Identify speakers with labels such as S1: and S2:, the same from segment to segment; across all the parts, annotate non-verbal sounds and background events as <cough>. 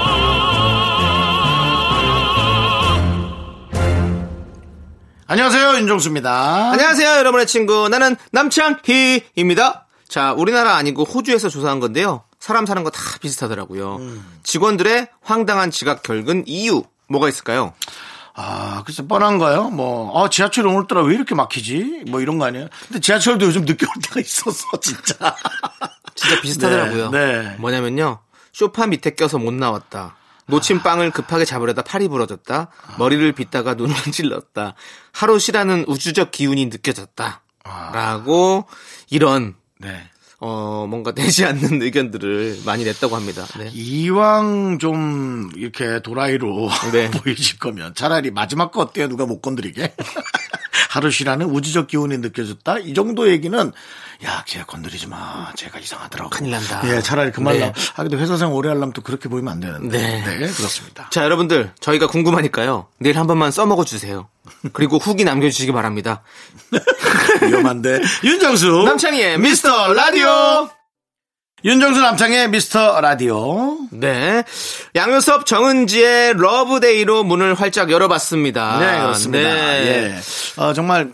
S1: 안녕하세요, 윤정수입니다.
S2: 안녕하세요, 여러분의 친구. 나는 남창희입니다. 자, 우리나라 아니고 호주에서 조사한 건데요. 사람 사는 거 다 비슷하더라고요.
S1: 음.
S2: 직원들의 황당한 지각 결근 이유 뭐가 있을까요?
S1: 아, 글쎄, 뻔한가요? 뭐, 아, 지하철이 오늘따라 왜 이렇게 막히지? 뭐 이런 거 아니에요? 근데 지하철도 요즘 늦게 올 때가 있어서, <laughs> 진짜.
S2: 진짜 비슷하더라고요.
S1: 네, 네.
S2: 뭐냐면요. 쇼파 밑에 껴서 못 나왔다. 놓친
S1: 아.
S2: 빵을 급하게 잡으려다 팔이 부러졌다. 머리를 빗다가 눈을 <laughs> 찔렀다. 하루 쉬라는 우주적 기운이 느껴졌다.
S1: 아.
S2: 라고 이런
S1: 네.
S2: 어, 뭔가 <laughs> 되지 않는 의견들을 많이 냈다고 합니다. 네.
S1: 이왕 좀 이렇게 도라이로 <laughs>
S2: 네.
S1: 보이실 거면 차라리 마지막 거 어때요? 누가 못 건드리게? <laughs> 하루 쉬라는 우주적 기운이 느껴졌다? 이 정도 얘기는 야, 걔 건드리지 마. 제가 이상하더라고.
S2: 큰일 난다.
S1: 예, 차라리 그말 나.
S2: 네.
S1: 아, 근데 회사 생활 오래 하려면 또 그렇게 보이면 안 되는데.
S2: 네.
S1: 그렇습니다.
S2: 자, 여러분들, 저희가 궁금하니까요. 내일 한 번만 써먹어 주세요. 그리고 후기 남겨주시기 바랍니다.
S1: 위험한데. <laughs> 윤정수.
S2: 남창희의 미스터 라디오!
S1: 윤정수 남창의 미스터 라디오.
S2: 네. 양효섭 정은지의 러브데이로 문을 활짝 열어봤습니다.
S1: 네, 그렇습니다.
S2: 네.
S1: 예. 어, 정말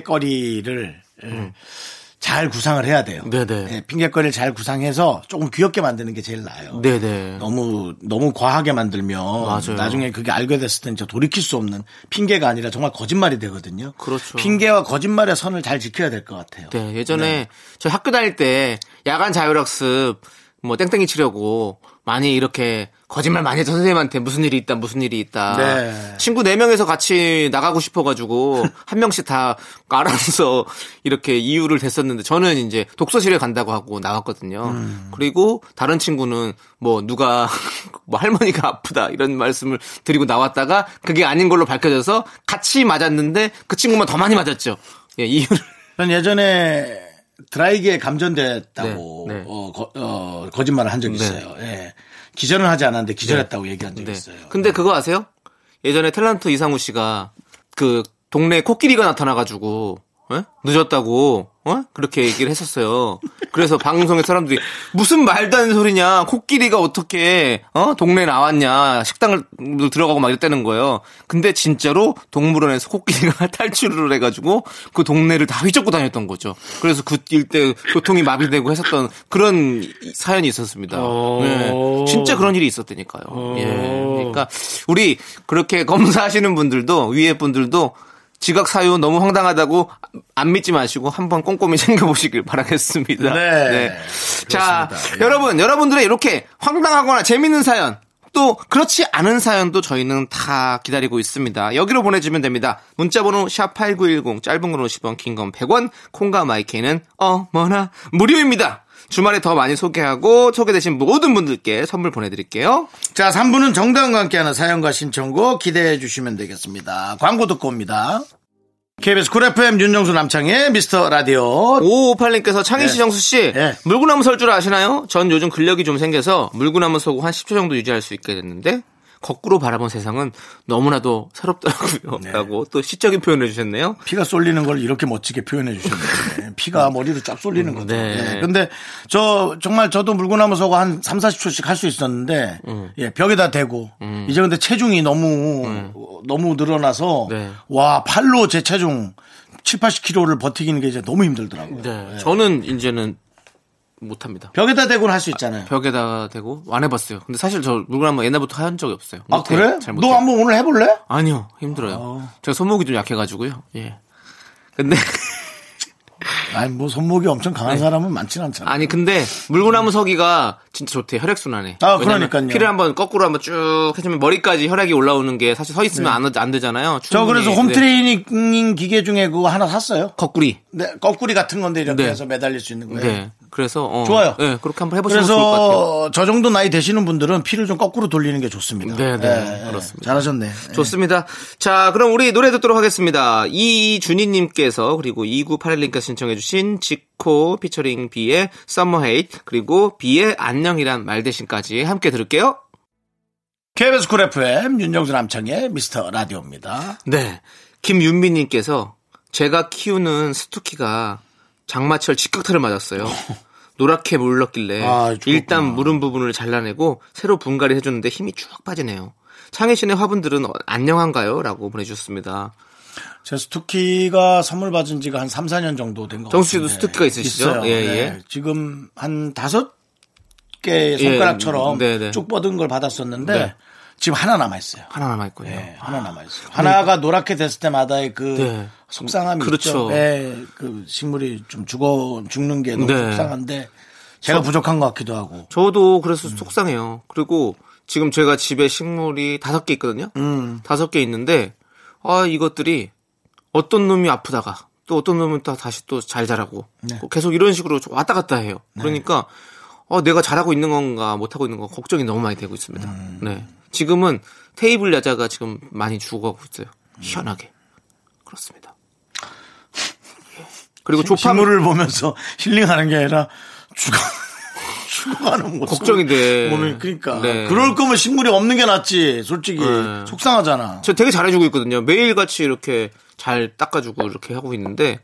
S1: 핑계거리를 예, 잘 구상을 해야 돼요.
S2: 음. 네네.
S1: 예, 핑계거리를 잘 구상해서 조금 귀엽게 만드는 게 제일 나아요.
S2: 네네.
S1: 너무 너무 과하게 만들면
S2: 맞아요.
S1: 나중에 그게 알게 됐을 땐 진짜 돌이킬 수 없는 핑계가 아니라 정말 거짓말이 되거든요.
S2: 그렇죠.
S1: 핑계와 거짓말의 선을 잘 지켜야 될 것 같아요.
S2: 네, 예전에 저 학교 다닐 때 야간 자율학습 뭐 땡땡이 치려고 많이 이렇게 거짓말 많이 해서 선생님한테 무슨 일이 있다 무슨 일이 있다
S1: 네.
S2: 친구 네명에서 같이
S1: <laughs>
S2: 나가고 싶어가지고 한 명씩 다 알아서 이렇게 이유를 댔었는데 저는 이제 독서실에 간다고 하고 나왔거든요
S1: 음.
S2: 그리고 다른 친구는 뭐 누가 <laughs> 뭐 할머니가 아프다 이런 말씀을 드리고 나왔다가 그게 아닌 걸로 밝혀져서 같이 맞았는데 그 친구만 더 많이 맞았죠 예 이유를
S1: 전 예전에 드라이기에 감전됐다고
S2: 네, 네.
S1: 어, 거, 짓말을 한 적이 있어요. 예. 기절은 하지 않았는데 기절했다고 얘기한 적이
S2: 네.
S1: 있어요.
S2: 근데 그거 아세요? 예전에 탤런트 이상우 씨가 그 동네 코끼리가 나타나가지고 어? 늦었다고 어? 그렇게 얘기를 했었어요. 그래서 방송에 사람들이 무슨 말도 안 되는 소리냐 코끼리가 어떻게 어? 동네에 나왔냐 식당을 들어가고 막 이랬다는 거예요. 근데 진짜로 동물원에서 코끼리가 <laughs> 탈출을 해가지고 그 동네를 다 휘젓고 다녔던 거죠. 그래서 그 일대 교통이 마비되고 했었던 그런 사연이 있었습니다.
S1: 어.
S2: 예. 진짜 그런 일이 있었다니까요. 예. 그러니까 우리 그렇게 <laughs> 검사하시는 분들도 위에 분들도 지각 사유 너무 황당하다고 안 믿지 마시고 한번 꼼꼼히 <laughs> 챙겨보시길 바라겠습니다.
S1: 네.
S2: 자,
S1: 그렇습니다. 예.
S2: 여러분, 여러분들의 이렇게 황당하거나 재밌는 사연 또 그렇지 않은 사연도 저희는 다 기다리고 있습니다. 여기로 보내주면 됩니다. 문자번호 샵8910 짧은 건 50원 긴 건 100원 콩과 마이케는 어머나 무료입니다. 주말에 더 많이 소개하고 소개되신 모든 분들께 선물 보내드릴게요.
S1: 자, 3부는 정다운과 함께하는 사연과 신청곡 기대해 주시면 되겠습니다. 광고 듣고 옵니다. KBS 쿨 FM 윤정수 남창의 미스터 라디오.
S2: 5558님께서 창희 씨,
S1: 네.
S2: 정수 씨,
S1: 네.
S2: 물구나무 설 줄 아시나요? 전 요즘 근력이 좀 생겨서 물구나무 서고 한 10초 정도 유지할 수 있게 됐는데, 거꾸로 바라본 세상은 너무나도 새롭더라고요.
S1: 네.
S2: 라고 또 시적인 표현을 해주셨네요.
S1: 피가 쏠리는 걸 이렇게 멋지게 표현해 주셨는데 피가 머리로 쫙 쏠리는 거죠.
S2: 네.
S1: 예. 근데 저 정말 저도 물구나무 서고 한 3, 40초씩 할 수 있었는데
S2: 음.
S1: 예, 벽에다 대고 이제 근데 체중이 너무 어, 너무 늘어나서
S2: 네.
S1: 와, 팔로 제 체중 7, 80kg를 버티기는 게 이제 너무 힘들더라고요.
S2: 네.
S1: 예.
S2: 저는 이제는 못합니다.
S1: 벽에다 대고는 할 수 있잖아요.
S2: 벽에다 대고 안 해봤어요. 근데 사실 저 물구나무 옛날부터 한 적이 없어요.
S1: 아,
S2: 못해요.
S1: 그래?
S2: 네. 잘 못해요.
S1: 너 한번 오늘 해 볼래?
S2: 아니요, 힘들어요. 제가 손목이 좀 약해가지고요. 예. 근데
S1: 아니 뭐 손목이 엄청 강한 사람은 많진 않잖아.
S2: 네. 아니 근데 물구나무 서기가 진짜 좋대 혈액 순환에.
S1: 아, 그러니까요.
S2: 피를 한번 거꾸로 한번 쭉 해주면 머리까지 혈액이 올라오는 게 사실 서 있으면 안, 안 되잖아요.
S1: 네. 저
S2: 충분히.
S1: 그래서
S2: 네.
S1: 홈트레이닝 기계 중에 그거 하나 샀어요.
S2: 거꾸리.
S1: 네, 거꾸리 같은 건데 이렇게
S2: 네.
S1: 해서 매달릴 수 있는 거예요.
S2: 네. 그래서 어,
S1: 좋아요.
S2: 네, 그렇게 한번 해보시면 좋을 것 같아요.
S1: 그래서 저 정도 나이 되시는 분들은 피를 좀 거꾸로 돌리는 게 좋습니다.
S2: 네, 네,
S1: 예, 예.
S2: 그렇습니다.
S1: 잘하셨네.
S2: 좋습니다. 자, 그럼 우리 노래 듣도록 하겠습니다. 이준희님께서 그리고 2981님께서 신청해주신 지코 피처링 비의 Summer Hate 그리고 비의 안녕이란 말 대신까지 함께 들을게요.
S1: KBS 쿨 FM 윤정수 남창의 미스터 라디오입니다.
S2: 네. 김윤미님께서 제가 키우는 스투키가 장마철
S1: <laughs>
S2: 직각타를 맞았어요. 노랗게 물렀길래
S1: 아, 죽었구나.
S2: 일단 무른 부분을 잘라내고 새로 분갈이 해줬는데 힘이 쭉 빠지네요. 창희 씨네 화분들은 어- 안녕한가요? 라고 보내주셨습니다.
S1: 제 스투키가 선물 받은 지가 한 3, 4년 정도 된 것 같아요.
S2: 정수 씨도 스투키가 있으시죠?
S1: 있어요.
S2: 예,
S1: 네.
S2: 예.
S1: 지금 한 다섯 개 손가락처럼
S2: 네, 네.
S1: 쭉 뻗은 걸 받았었는데
S2: 네.
S1: 지금 하나 남아있어요.
S2: 하나 남아있군요.
S1: 예, 하나 남아있어요. 하나가 노랗게 됐을 때마다의 그
S2: 네.
S1: 속상함이
S2: 그렇죠.
S1: 있죠. 예, 그 식물이 좀 죽어, 죽는 게 너무
S2: 네.
S1: 속상한데 제가 부족한 것 같기도 하고.
S2: 저도 그래서 속상해요. 그리고 지금 제가 집에 식물이 다섯 개 있거든요. 다섯 개 있는데 아 이것들이 어떤 놈이 아프다가 또 어떤 놈은 또 다시 또 잘 자라고 뭐 계속 이런 식으로 좀 왔다 갔다 해요. 그러니까 어, 내가 잘하고 있는 건가 못 하고 있는 건가 걱정이 너무 많이 되고 있습니다. 네 지금은 테이블 야자가 지금 많이 죽어가고 있어요. 희한하게 그렇습니다. 예. 그리고 조팝
S1: 식물을 보면서 <laughs> 힐링하는 게 아니라 죽어. <laughs> 죽어가는 모습.
S2: 걱정이 돼.
S1: 몸이 그러니까
S2: 네.
S1: 그럴 거면 식물이 없는 게 낫지 솔직히
S2: 네.
S1: 속상하잖아
S2: 저 되게 잘해주고 있거든요. 매일같이 이렇게 잘 닦아주고 이렇게 하고 있는데.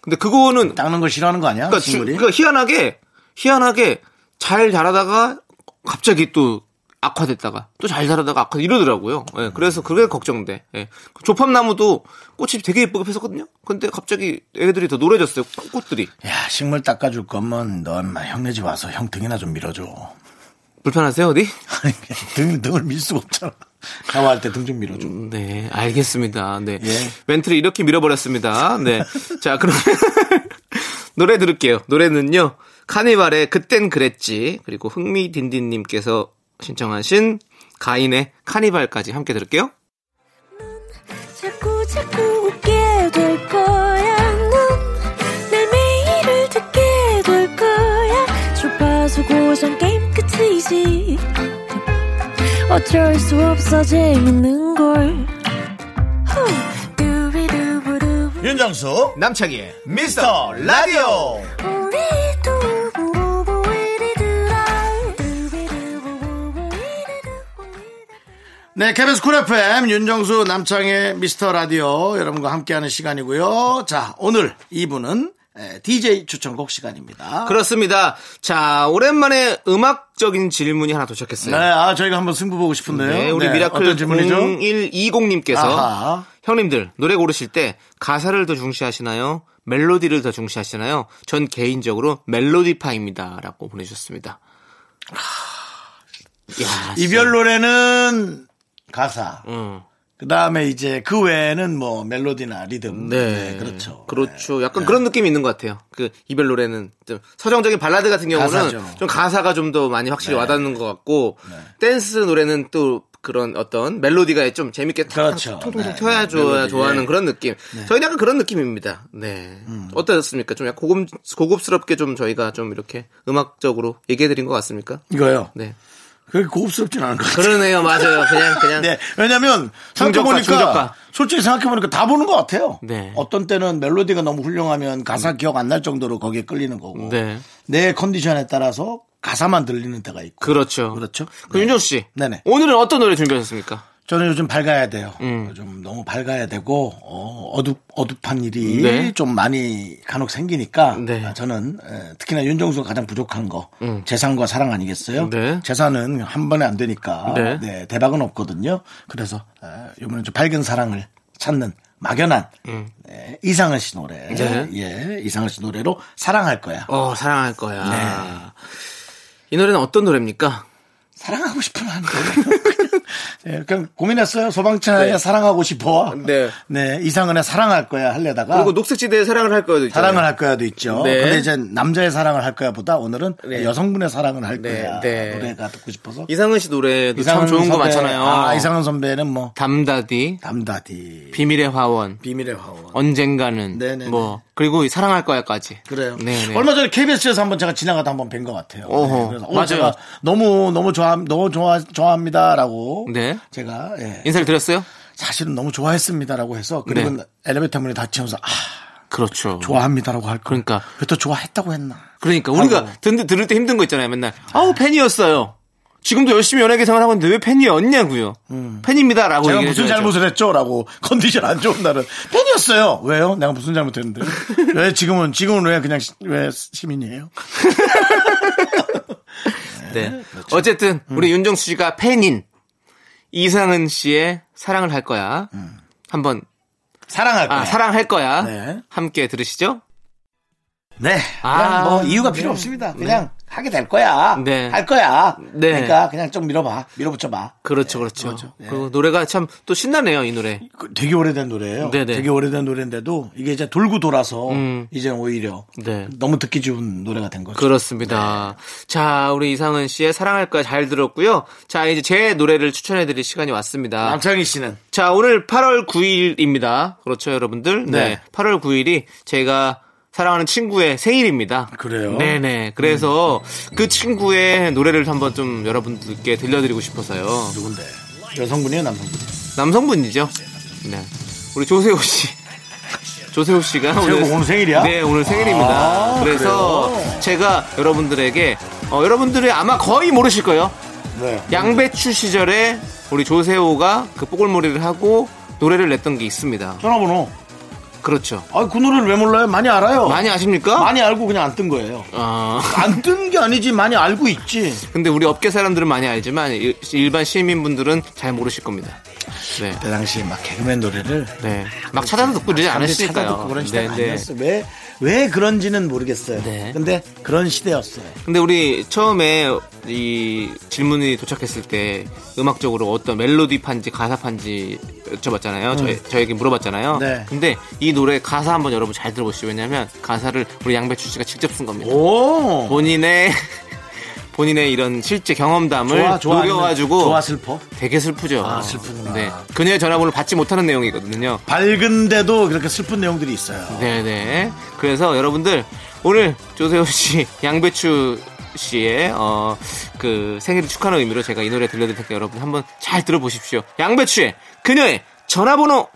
S2: 근데 그거는,
S1: 닦는 걸 싫어하는 거 아니야
S2: 그러니까, 주-
S1: 식물이
S2: 그러니까 희한하게, 희한하게 잘 자라다가 갑자기 또 악화됐다가 또 잘 자라다가 악화 이러더라고요. 예, 그래서 그게 걱정돼. 예. 그 조팝나무도 꽃이 되게 예쁘게 폈었거든요. 근데 갑자기 애들이 더 노래졌어요. 꽃들이.
S1: 야 식물 닦아줄 거면 너 엄마 형네 집 와서 형 등이나 좀 밀어줘 <laughs>
S2: 불편하세요, 어디?
S1: 아니 등 등을 밀 수가 없잖아 샤워할 때 등 좀 밀어줘
S2: 네, 알겠습니다. 네.
S1: 예.
S2: 멘트를 이렇게
S1: <laughs>
S2: 밀어버렸습니다. 네. 자, 그럼 <laughs> 노래 들을게요. 노래는요. 카니발의 그땐 그랬지. 그리고 흥미딘딘님께서 신청하신 가인의 카니발까지 함께 들을게요.
S3: 자꾸 자꾸 웃게 될 거야. 넌내 매일을 듣게 될 거야. 주파수 고정 게임 끝이지. 어쩔 수 없어 재밌는 걸. 후. 두비두부두부.
S1: 윤정수
S2: 남창희의
S1: 미스터 라디오
S3: 우리 두부부부 우리들아. 두비두부부부 우리들아.
S1: 네 KBS 쿨 FM 윤정수 남창의 미스터 라디오 여러분과 함께하는 시간이고요 자 오늘 2부는 DJ 추천곡 시간입니다
S2: 그렇죠. 그렇습니다. 자, 오랜만에 음악적인 질문이 하나 도착했어요.
S1: 네, 아, 저희가 한번 승부 보고 싶은데요.
S2: 네, 우리
S1: 네,
S2: 미라클
S1: 어떤 질문이죠?
S2: 0120님께서
S1: 아하.
S2: 형님들 노래 고르실 때 가사를 더 중시하시나요? 멜로디를 더 중시하시나요? 전 개인적으로 멜로디파입니다라고 보내주셨습니다. 아, 야,
S1: 이별 노래는 가사.
S2: 음,
S1: 그 다음에 이제 그 외에는 뭐 멜로디나 리듬.
S2: 네.
S1: 네, 그렇죠.
S2: 그렇죠. 약간 그런 느낌이 있는 것 같아요. 그 이별 노래는 좀 서정적인 발라드 같은 경우는
S1: 가사죠. 네.
S2: 좀 가사가 좀 더 많이 확실히 와닿는 것 같고 댄스 노래는 또 그런 어떤 멜로디가 좀 재밌게 탁
S1: 그렇죠.
S2: 통통통
S1: 네,
S2: 튀어야
S1: 네,
S2: 좋아,
S1: 멜로디.
S2: 좋아하는
S1: 네. 음.
S2: 그런 느낌. 저희는 약간 그런 느낌입니다. 네. 어떠셨습니까? 좀 약간 고급, 고급스럽게 좀 저희가 좀 이렇게 음악적으로 얘기해드린 것 같습니까?
S1: 이거요.
S2: 네.
S1: 그렇게 고급스럽진 않은 것 같아요.
S2: 그러네요. 맞아요. 그냥,
S1: <laughs>
S2: 그냥.
S1: 네, 왜냐면
S2: 중저가,
S1: 생각해보니까
S2: 중저가.
S1: 솔직히 생각해보니까 다 보는 것 같아요.
S2: 네.
S1: 어떤 때는 멜로디가 너무 훌륭하면 가사 기억 안 날 정도로 거기에 끌리는 거고
S2: 네.
S1: 내 컨디션에 따라서 가사만 들리는 때가 있고
S2: 그렇죠.
S1: 그렇죠.
S2: 그 윤정 씨.
S1: 네네.
S2: 오늘은 어떤 노래 준비하셨습니까?
S1: 저는 요즘 밝아야 돼요.
S2: 음.
S1: 요즘 너무 밝아야 되고 어, 둡 어둡한 일이
S2: 네.
S1: 좀 많이 간혹 생기니까
S2: 네. 음.
S1: 아, 저는 에, 특히나 윤정수가 가장 부족한 거 재산과 사랑 아니겠어요?
S2: 네.
S1: 재산은 한 번에 안 되니까
S2: 네.
S1: 네, 대박은 없거든요. 그래서 에, 이번에 좀 밝은 사랑을 찾는 막연한 네, 이상은 씨 노래
S2: 음. 네.
S1: 예 이상은 씨 노래로 사랑할 거야.
S2: 어, 사랑할
S1: 네.
S2: 거야. 이 노래는 어떤 노래입니까?
S1: <laughs> 사랑하고 싶은 한 노래. 예, 그냥 고민했어요. 소방차에
S2: 네.
S1: 사랑하고 싶어.
S2: 네.
S1: 네, 이상은의 사랑할 거야 할려다가
S2: 그리고 녹색지대에 사랑을 할 거예요.
S1: 아. 사랑을 할 거야도 있죠.
S2: 네.
S1: 근데 이제 남자의 사랑을 할 거야보다 오늘은
S2: 네.
S1: 여성분의 사랑을 할
S2: 네,
S1: 거야
S2: 네.
S1: 노래가 듣고 싶어서
S2: 이상은 씨 노래도
S1: 이상은
S2: 참 좋은 거
S1: 선배,
S2: 많잖아요.
S1: 아, 이상은 선배는 뭐
S2: 담다디,
S1: 담다디
S2: 비밀의 화원,
S1: 비밀의 화원.
S2: 언젠가는
S1: 네네네.
S2: 뭐 그리고 사랑할 거야까지.
S1: 그래요.
S2: 네네.
S1: 얼마 전에 KBS에서 한번 제가 지나가다 한번 뵌 것 같아요.
S2: 어허.
S1: 그래서 어,
S2: 맞아요.
S1: 제가 너무 너무 좋아 너무 좋아 좋아합니다라고
S2: 네.
S1: 제가 예,
S2: 인사를 드렸어요?
S1: 사실은 너무 좋아했습니다라고 해서 그리고
S2: 네.
S1: 엘리베이터 문이 닫히면서 아
S2: 그렇죠.
S1: 좋아합니다라고 할 거.
S2: 그러니까.
S1: 왜또 좋아했다고 했나?
S2: 그러니까 우리가
S1: 아이고.
S2: 듣는 들을 때 힘든 거 있잖아요. 맨날 아우 팬이었어요. 지금도 열심히 연예계 생활하고 있는데 왜 팬이었냐고요.
S1: 음.
S2: 팬입니다라고
S1: 제가
S2: 얘기를
S1: 무슨
S2: 해줘야죠.
S1: 잘못을 했죠라고 <laughs> 컨디션 안 좋은 날은 팬이었어요. 왜요? 내가 무슨 잘못했는데? 왜 지금은 지금은 왜 그냥 시- 왜 시민이에요?
S2: 네. 어쨌든 우리 윤정수 씨가 팬인 이상은 씨의 사랑을 할 거야. 한번
S1: 사랑할 거야.
S2: 아 사랑할 거야.
S1: 네.
S2: 함께 들으시죠.
S1: 네.
S2: 아,
S1: 그냥 뭐 이유가
S2: 네.
S1: 필요 없습니다. 그냥 하게 될 거야.
S2: 네.
S1: 할 거야.
S2: 네.
S1: 그러니까 그냥 좀 밀어봐. 밀어붙여봐.
S2: 그렇죠, 그렇죠. 그리고 노래가 참 또 신나네요, 이 노래.
S1: 그 되게 오래된 노래예요.
S2: 네네.
S1: 되게 오래된 노래인데도 이게 이제 돌고 돌아서
S2: 음.
S1: 이제 오히려
S2: 네.
S1: 너무 듣기 좋은 노래가 된
S2: 그렇죠.
S1: 거죠.
S2: 그렇습니다. 자, 우리 이상은 씨의 사랑할 거야 잘 들었고요. 자, 이제 제 노래를 추천해 드릴 시간이 왔습니다.
S1: 남창희 씨는
S2: 자, 오늘 8월 9일입니다. 그렇죠, 여러분들? 네.
S1: 네.
S2: 8월 9일이 제가 사랑하는 친구의 생일입니다.
S1: 그래요?
S2: 네네. 그래서 그 친구의 노래를 한번 좀 여러분들께 들려드리고 싶어서요.
S1: 누군데? 여성분이에요, 남성분이에요?
S2: 남성분이죠? 네. 우리 조세호 씨. 조세호 씨가
S1: 조세호가 오늘 생일이야?
S2: 네, 오늘 생일입니다.
S1: 아,
S2: 그래서 제가 여러분들에게 어, 여러분들이 아마 거의 모르실 거예요.
S1: 네.
S2: 양배추 시절에 우리 조세호가 그 뽀글머리를 하고 노래를 냈던 게 있습니다.
S1: 전화번호.
S2: 그렇죠.
S1: 아, 그 노래를 왜 몰라요? 많이 알아요.
S2: 많이 아십니까?
S1: 많이 알고 그냥 안 뜬 거예요.
S2: 아,
S1: 안 뜬 게 아니지 많이 알고 있지.
S2: 근데 우리 업계 사람들은 많이 알지만 일- 일반 시민분들은 잘 모르실 겁니다. 네.
S1: 그 당시에 막 개그맨 노래를
S2: 네. 막 찾아서 듣고 이러지
S1: 사람들이 찾아듣고
S2: 않으시니까요.
S1: 그런 시대가 아니었어요. 왜, 왜 그런지는 모르겠어요.
S2: 네.
S1: 근데 그런 시대였어요.
S2: 근데 우리 처음에 이 질문이 도착했을 때 음악적으로 어떤 멜로디 판지 가사 판지 여쭤봤잖아요. 저희, 저에게 물어봤잖아요.
S1: 음. 네.
S2: 근데 이 노래 가사 한번 여러분 잘 들어보시죠. 왜냐면 가사를 우리 양배추 씨가 직접 쓴 겁니다.
S1: 오!
S2: 본인의 <laughs> 본인의 이런 실제 경험담을
S1: 좋아, 좋아.
S2: 녹여가지고
S1: 아니면 좋아, 슬퍼.
S2: 되게 슬프죠.
S1: 아, 슬프구나.
S2: 네. 그녀의 전화번호를 받지 못하는 내용이거든요.
S1: 밝은데도 그렇게 슬픈 내용들이 있어요.
S2: 네네. 그래서 여러분들 오늘 조세호 씨, 양배추 씨의 어, 그 생일을 축하하는 의미로 제가 이 노래 들려드릴 테니까 여러분 한번 잘 들어보십시오. 양배추의 그녀의 전화번호.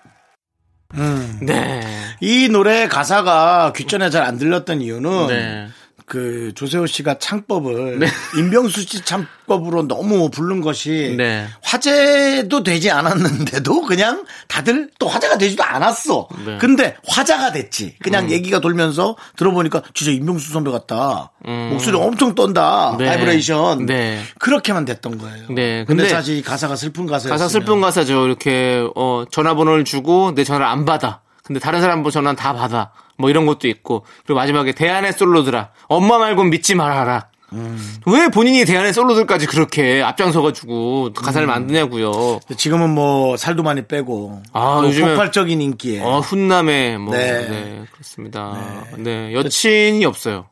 S1: 음.
S2: 네.
S1: 이 노래 가사가 귓전에 잘 안 들렸던 이유는
S2: 네.
S1: 그 조세호 씨가 창법을 임병수 씨 창법으로 너무 부른 것이
S2: 네.
S1: 화제도 되지 않았는데도 그냥 다들 또 화제가 되지도 않았어.
S2: 네. 음.
S1: 근데 화제가 됐지. 그냥 얘기가 돌면서 들어보니까 진짜 임병수 선배 같다. 목소리 엄청 떤다.
S2: 음. 네.
S1: 바이브레이션.
S2: 네.
S1: 그렇게만 됐던 거예요. 근데,
S2: 네, 근데
S1: 사실 이 가사가 슬픈 가사였어요.
S2: 가사 슬픈 가사죠. 이렇게 어, 전화번호를 주고 내 전화를 안 받아. 근데 다른 사람 전화는 다 받아. 뭐 이런 것도 있고 그리고 마지막에 대안의 솔로들아 엄마 말곤 믿지 말아라. 왜 본인이 대안의 솔로들까지 그렇게 앞장서가지고 가사를 만드냐고요.
S1: 지금은 뭐 살도 많이 빼고
S2: 아,
S1: 또
S2: 요즘에-
S1: 폭발적인 인기에
S2: 어, 훈남에 뭐 네.
S1: 네.
S2: 그렇습니다. 네. 여친이 없어요.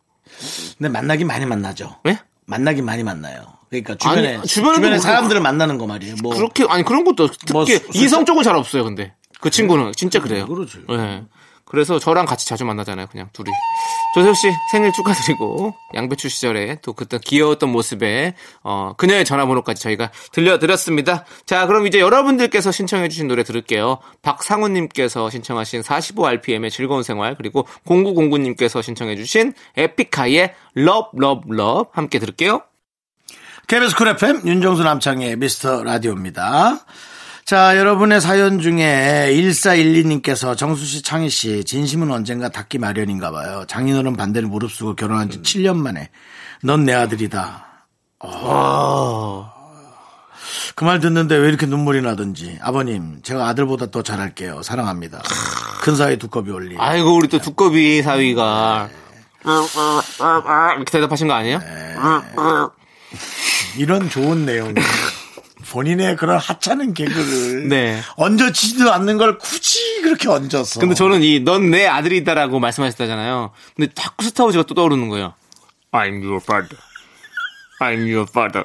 S1: 근데 만나긴 많이 만나죠.
S2: 네?
S1: 만나긴 많이 만나요. 그러니까
S2: 아니,
S1: 주변에
S2: 주변에도
S1: 주변에,
S2: 그렇고-
S1: 사람들을 만나는 거 말이에요. 뭐
S2: 그렇게 아니 그런 것도 특히
S1: 뭐 수- 음,
S2: 이성 쪽은 잘 없어요. 근데 그 친구는 진짜 그래요.
S1: 그러지.
S2: 네. 그래서 저랑 같이 자주 만나잖아요. 그냥 둘이. 조세호 씨 생일 축하드리고 양배추 시절에 또 그때 귀여웠던 모습에 어, 그녀의 전화번호까지 저희가 들려드렸습니다. 자 그럼 이제 여러분들께서 신청해주신 노래 들을게요. 박상훈님께서 신청하신 45rpm의 즐거운 생활 그리고 0909님께서 신청해주신 에픽하이의 러브 러브 러브 함께 들을게요.
S1: KBS 쿨 FM 윤정수 남창의 미스터 라디오입니다. 자, 여러분의 사연 중에 1412님께서 정수 씨, 창희 씨, 진심은 언젠가 닿기 마련인가 봐요. 장인어른 반대를 무릅쓰고 결혼한 지 7년 만에 넌 내 아들이다. 어. 그 말 듣는데 왜 이렇게 눈물이 나던지. 아버님, 제가 아들보다 더 잘할게요. 사랑합니다. 큰 사이 두꺼비 올리.
S2: 아이고 우리 또 두꺼비 사위가
S1: 네.
S2: 이렇게 대답하신 거 아니에요?
S1: 이런 좋은 내용이 본인의 그런 하찮은 개그를
S2: 네.
S1: 얹어지지도 않는 걸 굳이 그렇게 얹어서.
S2: 근데 저는 이 넌 내 아들이다라고 말씀하셨다잖아요. 근데 자꾸 스타워즈가 또 떠오르는 거예요. I'm your father. I'm your father.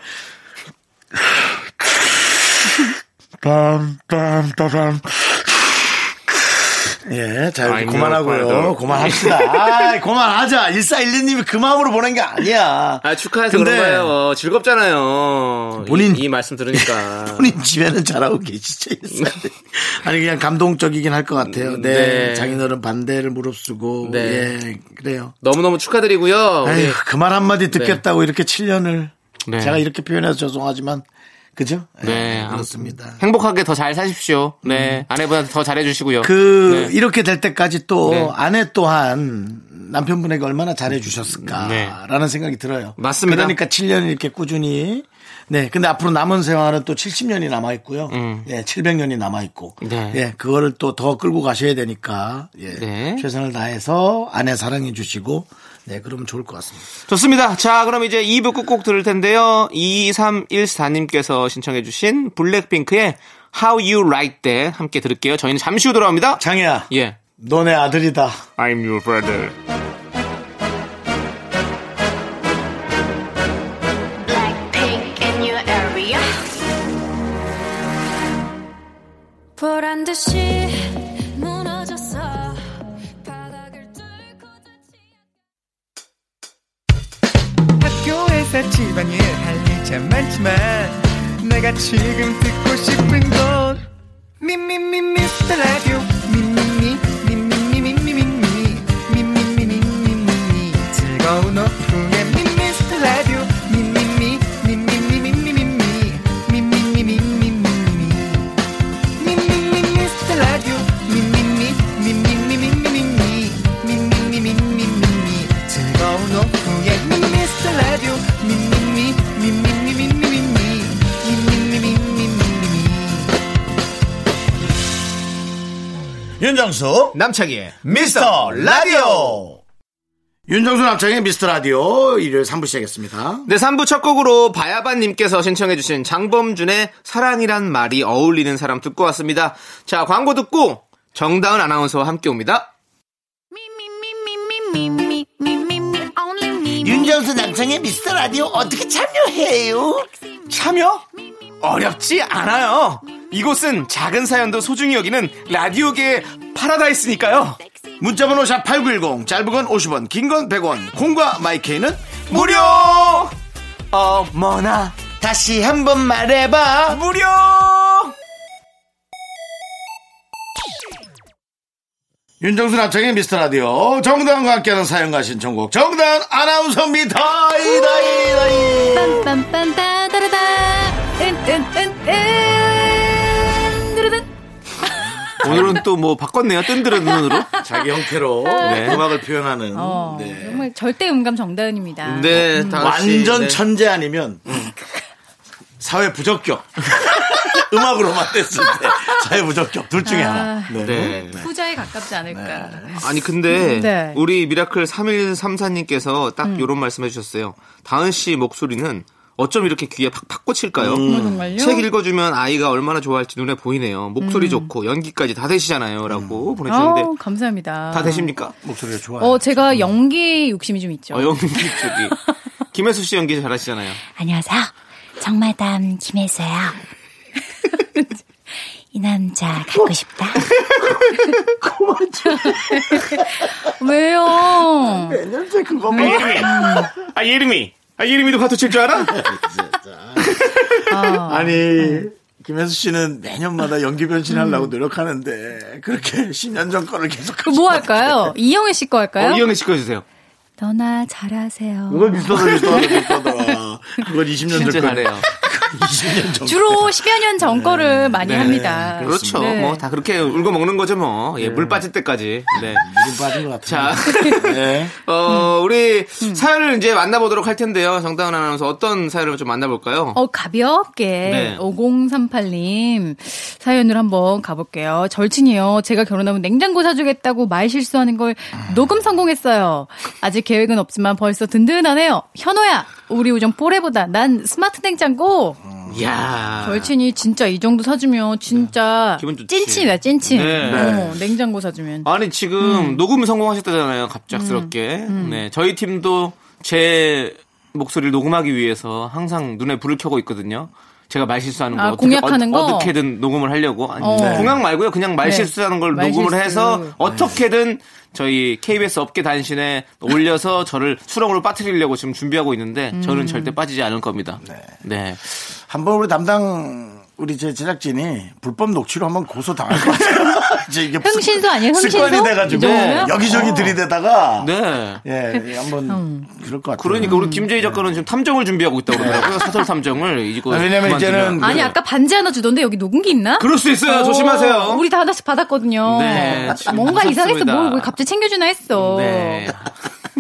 S1: 빰빰빰빰. 예, 자, 이렇게
S2: 아이고,
S1: 그만하고요.
S2: 아빠도.
S1: 그만합시다. 아, 그만하자. 1412님이 그 마음으로 보낸 게 아니야.
S2: 아 축하해서
S1: 근데
S2: 그런 거예요. 즐겁잖아요.
S1: 본인-
S2: 이, 이 말씀 들으니까.
S1: 본인 집에는 잘하고 계시죠. 1412. 아니, 그냥 감동적이긴 할 것 같아요. 네,
S2: 네.
S1: 장인어른 반대를 무릅쓰고.
S2: 네. 어,
S1: 예, 그래요.
S2: 너무너무 축하드리고요. 우리-
S1: 에휴, 그 말 한마디 듣겠다고 이렇게 7년을.
S2: 네.
S1: 제가 이렇게 표현해서 죄송하지만. 그죠?
S2: 네,
S1: 예, 그렇습니다.
S2: 행복하게 더 잘 사십시오. 네. 아내분한테 더 잘해주시고요.
S1: 음. 그 이렇게 될 때까지 또
S2: 네.
S1: 아내 또한 남편분에게 얼마나 잘해 주셨을까라는 생각이 들어요.
S2: 네. 맞습니다.
S1: 그러니까 7년 이렇게 꾸준히 네, 근데 앞으로 남은 생활은 또 70년이 남아 있고요. 예, 700년이 남아 있고,
S2: 음. 네.
S1: 예, 그거를 또 더 끌고 가셔야 되니까 예,
S2: 네.
S1: 최선을 다해서 아내 사랑해 주시고, 네, 그러면 좋을 것 같습니다.
S2: 좋습니다. 자, 그럼 이제 2부 끝곡 들을 텐데요. 2314님께서 신청해주신 블랙핑크의 How You Like That 함께 들을게요. 저희는 잠시 후 돌아옵니다.
S1: 장혜야,
S2: 예.
S1: 너네 아들이다.
S2: I'm your brother.
S4: Blackpink in your area.
S3: 보란 듯이 무너졌어 바닥을 뚫고 젖히
S5: 학교에서 집안일 할 일 참 많지만 내가 지금 듣고 싶은 건 미미미 미스터 라디오 미미미 미미미 미미미 미미미 미미미 즐거운 오후에 미스터 라디오 미미미 미미미 미미미 미미미 미미미
S1: 윤정수
S2: 남창희의
S1: 미스터 라디오. 윤정수 남창의 미스터 라디오 일요일 3부 시작했습니다.
S2: 네, 3부 첫 곡으로 바야바님께서 신청해주신 장범준의 사랑이란 말이 어울리는 사람 듣고 왔습니다. 자, 광고 듣고 정다은 아나운서와 함께 옵니다.
S4: Me, me, me, me, me, me, me, me, me, me, only me. me.
S1: 윤정수 남창의 미스터 라디오 어떻게 참여해요?
S2: 참여? 어렵지 않아요. 이곳은 작은 사연도 소중히 여기는 라디오계의 파라다이스니까요.
S1: 문자번호 샵 8910 짧은 건 50원 긴 건 100원 콩과 마이케이는
S2: 무료! 어머나,
S1: 다시 한번 말해봐
S2: 무료!
S1: 윤정수 남창의 미스터 라디오 정다은과 함께하는 사연과 신청곡 정다은 아나운서입니다 이다이다이
S3: 빰빰빰빰 따라다 은은은은 따라다
S2: 오늘은 또 뭐 바꿨네요. 뜬드는 눈으로.
S1: <laughs> 자기 형태로
S2: 네.
S1: 음악을 표현하는
S6: 어,
S1: 네.
S6: 정말 절대 음감 정다은입니다.
S2: 네, 다 같이,
S1: 완전
S2: 네.
S1: 천재 아니면 사회 부적격 <laughs> 음악으로만 됐을 때 사회 부적격 둘 중에 하나 네.
S2: 네.
S6: 후자에 가깝지 않을까.
S2: 아니 근데
S6: 네.
S2: 우리 미라클 3134님께서 딱 요런 말씀해 주셨어요. 다은 씨 목소리는 어쩜 이렇게 귀에 팍팍 꽂힐까요?
S6: 정말요?
S2: 책 읽어주면 아이가 얼마나 좋아할지 눈에 보이네요. 목소리 좋고 연기까지 다 되시잖아요. 라고 보내주셨는데
S6: 아우, 감사합니다.
S2: 다 되십니까?
S1: 목소리가 좋아요
S6: 어, 제가 연기 욕심이 좀 있죠.
S2: 어, 연기 쪽이. 김혜수 씨 연기 잘하시잖아요.
S7: 안녕하세요. 정마담 김혜수예요. <laughs> 이 남자
S2: 어?
S7: 갖고 싶다. <laughs>
S6: 왜요?
S1: 냄새 그거만
S2: 아, 예림이. 아, 예림이도 가도 칠줄 알아?
S1: 아니
S6: 네.
S1: 김혜수 씨는 매년마다 연기 변신하려고 노력하는데 그렇게 <laughs> 10년 전 거를 계속
S6: 그럼 음. 뭐 할까요? 이영애 씨 거
S2: 어,
S6: 할까요?
S2: 이영애 씨 꺼주세요.
S7: 너나 잘하세요.
S1: 그걸 미스터다
S6: <laughs>
S1: 미스터다 미스터다 그걸 20년
S2: 진짜
S1: 전 거래
S2: 잘해요.
S1: 20년 전
S6: 주로 10여 년 전 거를 많이 합니다.
S2: 네. 그렇죠.
S6: 네.
S2: 뭐 다 그렇게 울고 먹는 거죠 뭐. 예, 물 빠질 때까지. 네.
S1: 지금 빠진 것
S2: 자,
S1: 같아요 <laughs> 네.
S6: 음.
S2: 어, 우리 사연을 이제 만나보도록 할 텐데요. 정다은 아나운서 어떤 사연을 좀 만나볼까요?
S6: 어, 가볍게
S2: 네.
S6: 5038님 사연을 한번 가볼게요. 절친이요. 제가 결혼하면 냉장고 사주겠다고 말 실수하는 걸 녹음 성공했어요. 아직 계획은 없지만 벌써 든든하네요. 현호야, 우리 우정 뽀레보다 난 스마트 냉장고.
S2: 이야.
S6: 절친이 진짜 이 정도 사주면 진짜
S2: 네. 기분 좋지.
S6: 찐친이다 찐친.
S2: 네.
S6: 어머, 냉장고 사주면.
S2: 아니 지금 녹음 성공하셨다잖아요. 갑작스럽게.
S6: 음.
S2: 네, 저희 팀도 제 목소리를 녹음하기 위해서 항상 눈에 불을 켜고 있거든요. 제가 말실수하는 거
S6: 아,
S2: 어떻게
S6: 공약하는 거?
S2: 어, 떻게든 녹음을 하려고 아니,
S6: 어. 네.
S2: 공약 말고요 그냥 말실수하는 걸
S6: 네.
S2: 녹음을
S6: 말실수.
S2: 해서 어떻게든 저희 KBS 업계 단신에 올려서 저를 수렁으로 빠뜨리려고 지금 준비하고 있는데
S6: 음.
S2: 저는 절대 빠지지 않을 겁니다. 네.
S1: 한번 우리 담당 우리 제 제작진이 불법 녹취로 한번 고소 당할 것 같아요. <laughs> 이제 이게
S6: 흥신소 아니에요? 흥신소? 네. 어.
S1: 습관이 돼가지고
S6: 이 정도면?
S1: 여기저기 들이대다가
S2: 네.
S1: 예 한번
S6: 음.
S1: 그럴 것 같아요.
S2: 그러니까 우리 김재희 작가는 지금 탐정을 준비하고
S1: <laughs>
S2: 있다고 그러더라고요. 사설 탐정을 이거
S1: 아, 왜냐면
S2: 그만두면.
S1: 이제는-
S6: 아니
S1: 네.
S6: 아까 반지 하나 주던데 여기 녹음기 있나?
S2: 그럴 수 있어요.
S6: 오,
S2: 조심하세요.
S6: 우리 다 하나씩 받았거든요.
S2: 네, 지금
S6: 뭔가
S2: 무섭습니다.
S6: 이상했어. 뭘, 왜 갑자기 챙겨주나 했어.
S2: 네. <laughs>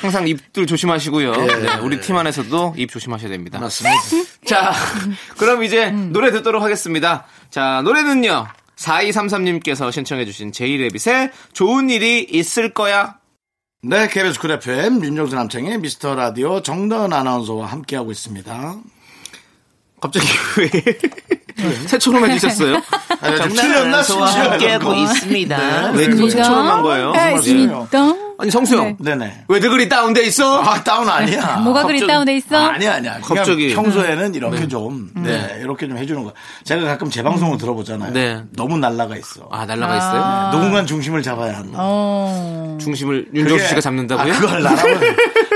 S2: 항상 입들 조심하시고요. 네, 우리 팀 안에서도 입 조심하셔야 됩니다. 음. 맞습니다. 자, <laughs> 그럼 이제 노래 듣도록 하겠습니다. 자, 노래는요. 4233님께서 신청해주신 제이레빗의 좋은 일이 있을 거야.
S1: 네, KBS 쿨 FM 윤정수 남창의 미스터 라디오 정다은 아나운서와 함께하고 있습니다.
S2: 갑자기 <laughs> 왜 새처럼 <laughs> 해주셨어요?
S1: 아니, 좀
S2: 네. 정말
S1: 틀렸나?
S2: 아나운서와
S1: 심지어.
S2: <laughs> 함께하고 있습니다.
S1: 네.
S2: 왜 이렇게 새처럼 한 거예요?
S6: 네, 있습니다.
S2: 아니 성수 형,
S1: 네네.
S2: 왜너 그리 다운돼 있어?
S1: 아, 다운
S2: <laughs>
S1: 아니야.
S6: 뭐가 그리
S2: 갑자기-
S6: 다운돼 있어?
S1: 아, 아니야, 아니야. 그냥
S2: 갑자기. 음.
S1: 평소에는 이렇게 좀, 네, 이렇게 좀 해주는 거. 제가 가끔 제 방송을 들어보잖아요.
S2: 네.
S1: 너무 날라가 있어.
S2: 아 날라가 있어요?
S1: 누군가 중심을 잡아야 한다.
S6: 어.
S2: 중심을 윤정수
S1: 그게-
S2: 씨가 잡는다고요?
S1: 아, 그걸
S2: <laughs>
S1: 나라고,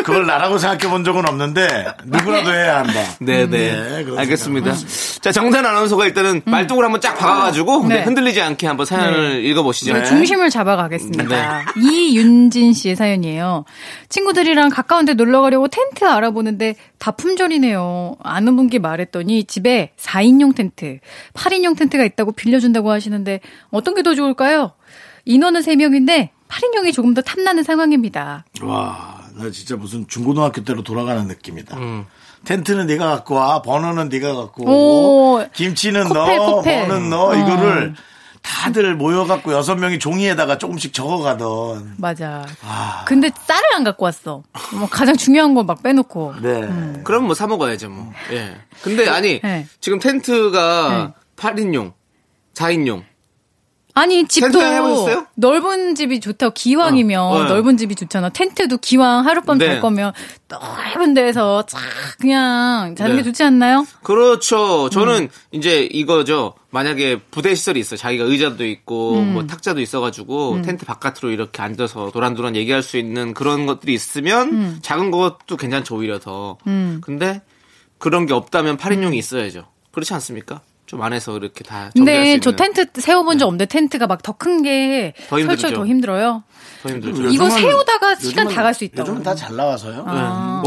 S1: 그걸 나라고 생각해 본 적은 없는데, 누구라도 해야 한다.
S2: 네.
S1: 음,
S2: 네네.
S1: 그렇습니다.
S2: 알겠습니다. 자, 정단 아나운서가 일단은 말뚝을 한번 쫙 박아가지고
S6: 네.
S2: 네, 흔들리지 않게 한번 사연을
S1: 네.
S2: 읽어보시죠. 네.
S6: 제가 중심을 잡아가겠습니다. 이윤진 씨의 사연이에요. 친구들이랑 가까운 데 놀러 가려고 텐트 알아보는데 다 품절이네요. 아는 분께 말했더니 집에 4인용 텐트, 8인용 텐트가 있다고 빌려준다고 하시는데 어떤 게 더 좋을까요? 인원은 3명인데 8인용이 조금 더 탐나는 상황입니다.
S1: 와, 나 진짜 무슨 중고등학교 때로 돌아가는 느낌이다. 텐트는 네가 갖고 와, 버너는 네가 갖고 오고,
S6: 오,
S1: 김치는
S6: 코펠,
S1: 너,
S6: 코펠.
S1: 버는 너,
S6: 어.
S1: 이거를 다들 모여갖고 여섯 명이 종이에다가 조금씩 적어가던.
S6: 맞아. 근데 쌀을 안 갖고 왔어. 뭐 가장 중요한 거 막 빼놓고.
S1: 네.
S6: 음.
S2: 그럼 뭐 사먹어야죠, 뭐. 예. 근데 아니,
S6: 네.
S2: 지금 텐트가 8인용, 4인용.
S6: 아니 집도
S2: 텐트 해보셨어요?
S6: 넓은 집이 좋다고 기왕이면
S2: 어, 네.
S6: 넓은 집이 좋잖아. 텐트도 기왕 하룻밤
S2: 네.
S6: 잘 거면 넓은 데에서 쫙 그냥 자는
S2: 네.
S6: 게 좋지 않나요?
S2: 그렇죠. 저는
S6: 음.
S2: 이제 이거죠. 만약에 부대 시설이 있어. 자기가 의자도 있고
S6: 음.
S2: 뭐 탁자도 있어가지고 텐트 바깥으로 이렇게 앉아서 도란도란 얘기할 수 있는 그런 것들이 있으면
S6: 음.
S2: 작은 것도 괜찮죠 오히려 더. 근데 그런 게 없다면 8인용이
S6: 음.
S2: 있어야죠. 그렇지 않습니까? 좀 안에서 이렇게 다. 정리할 수
S6: 근데
S2: 있는
S6: 네,
S2: 네.
S6: 저 텐트 세워본 적 없는데 텐트가 막 더 큰 게
S2: 더 힘들죠.
S6: 설치가 더 힘들어요.
S2: 더 힘들죠.
S1: 요즘은-
S6: 이거 세우다가 시간
S1: 요즘은-
S6: 다 갈 수 아. 있다고.
S1: 요즘은 다 잘 나와서요.
S2: 네.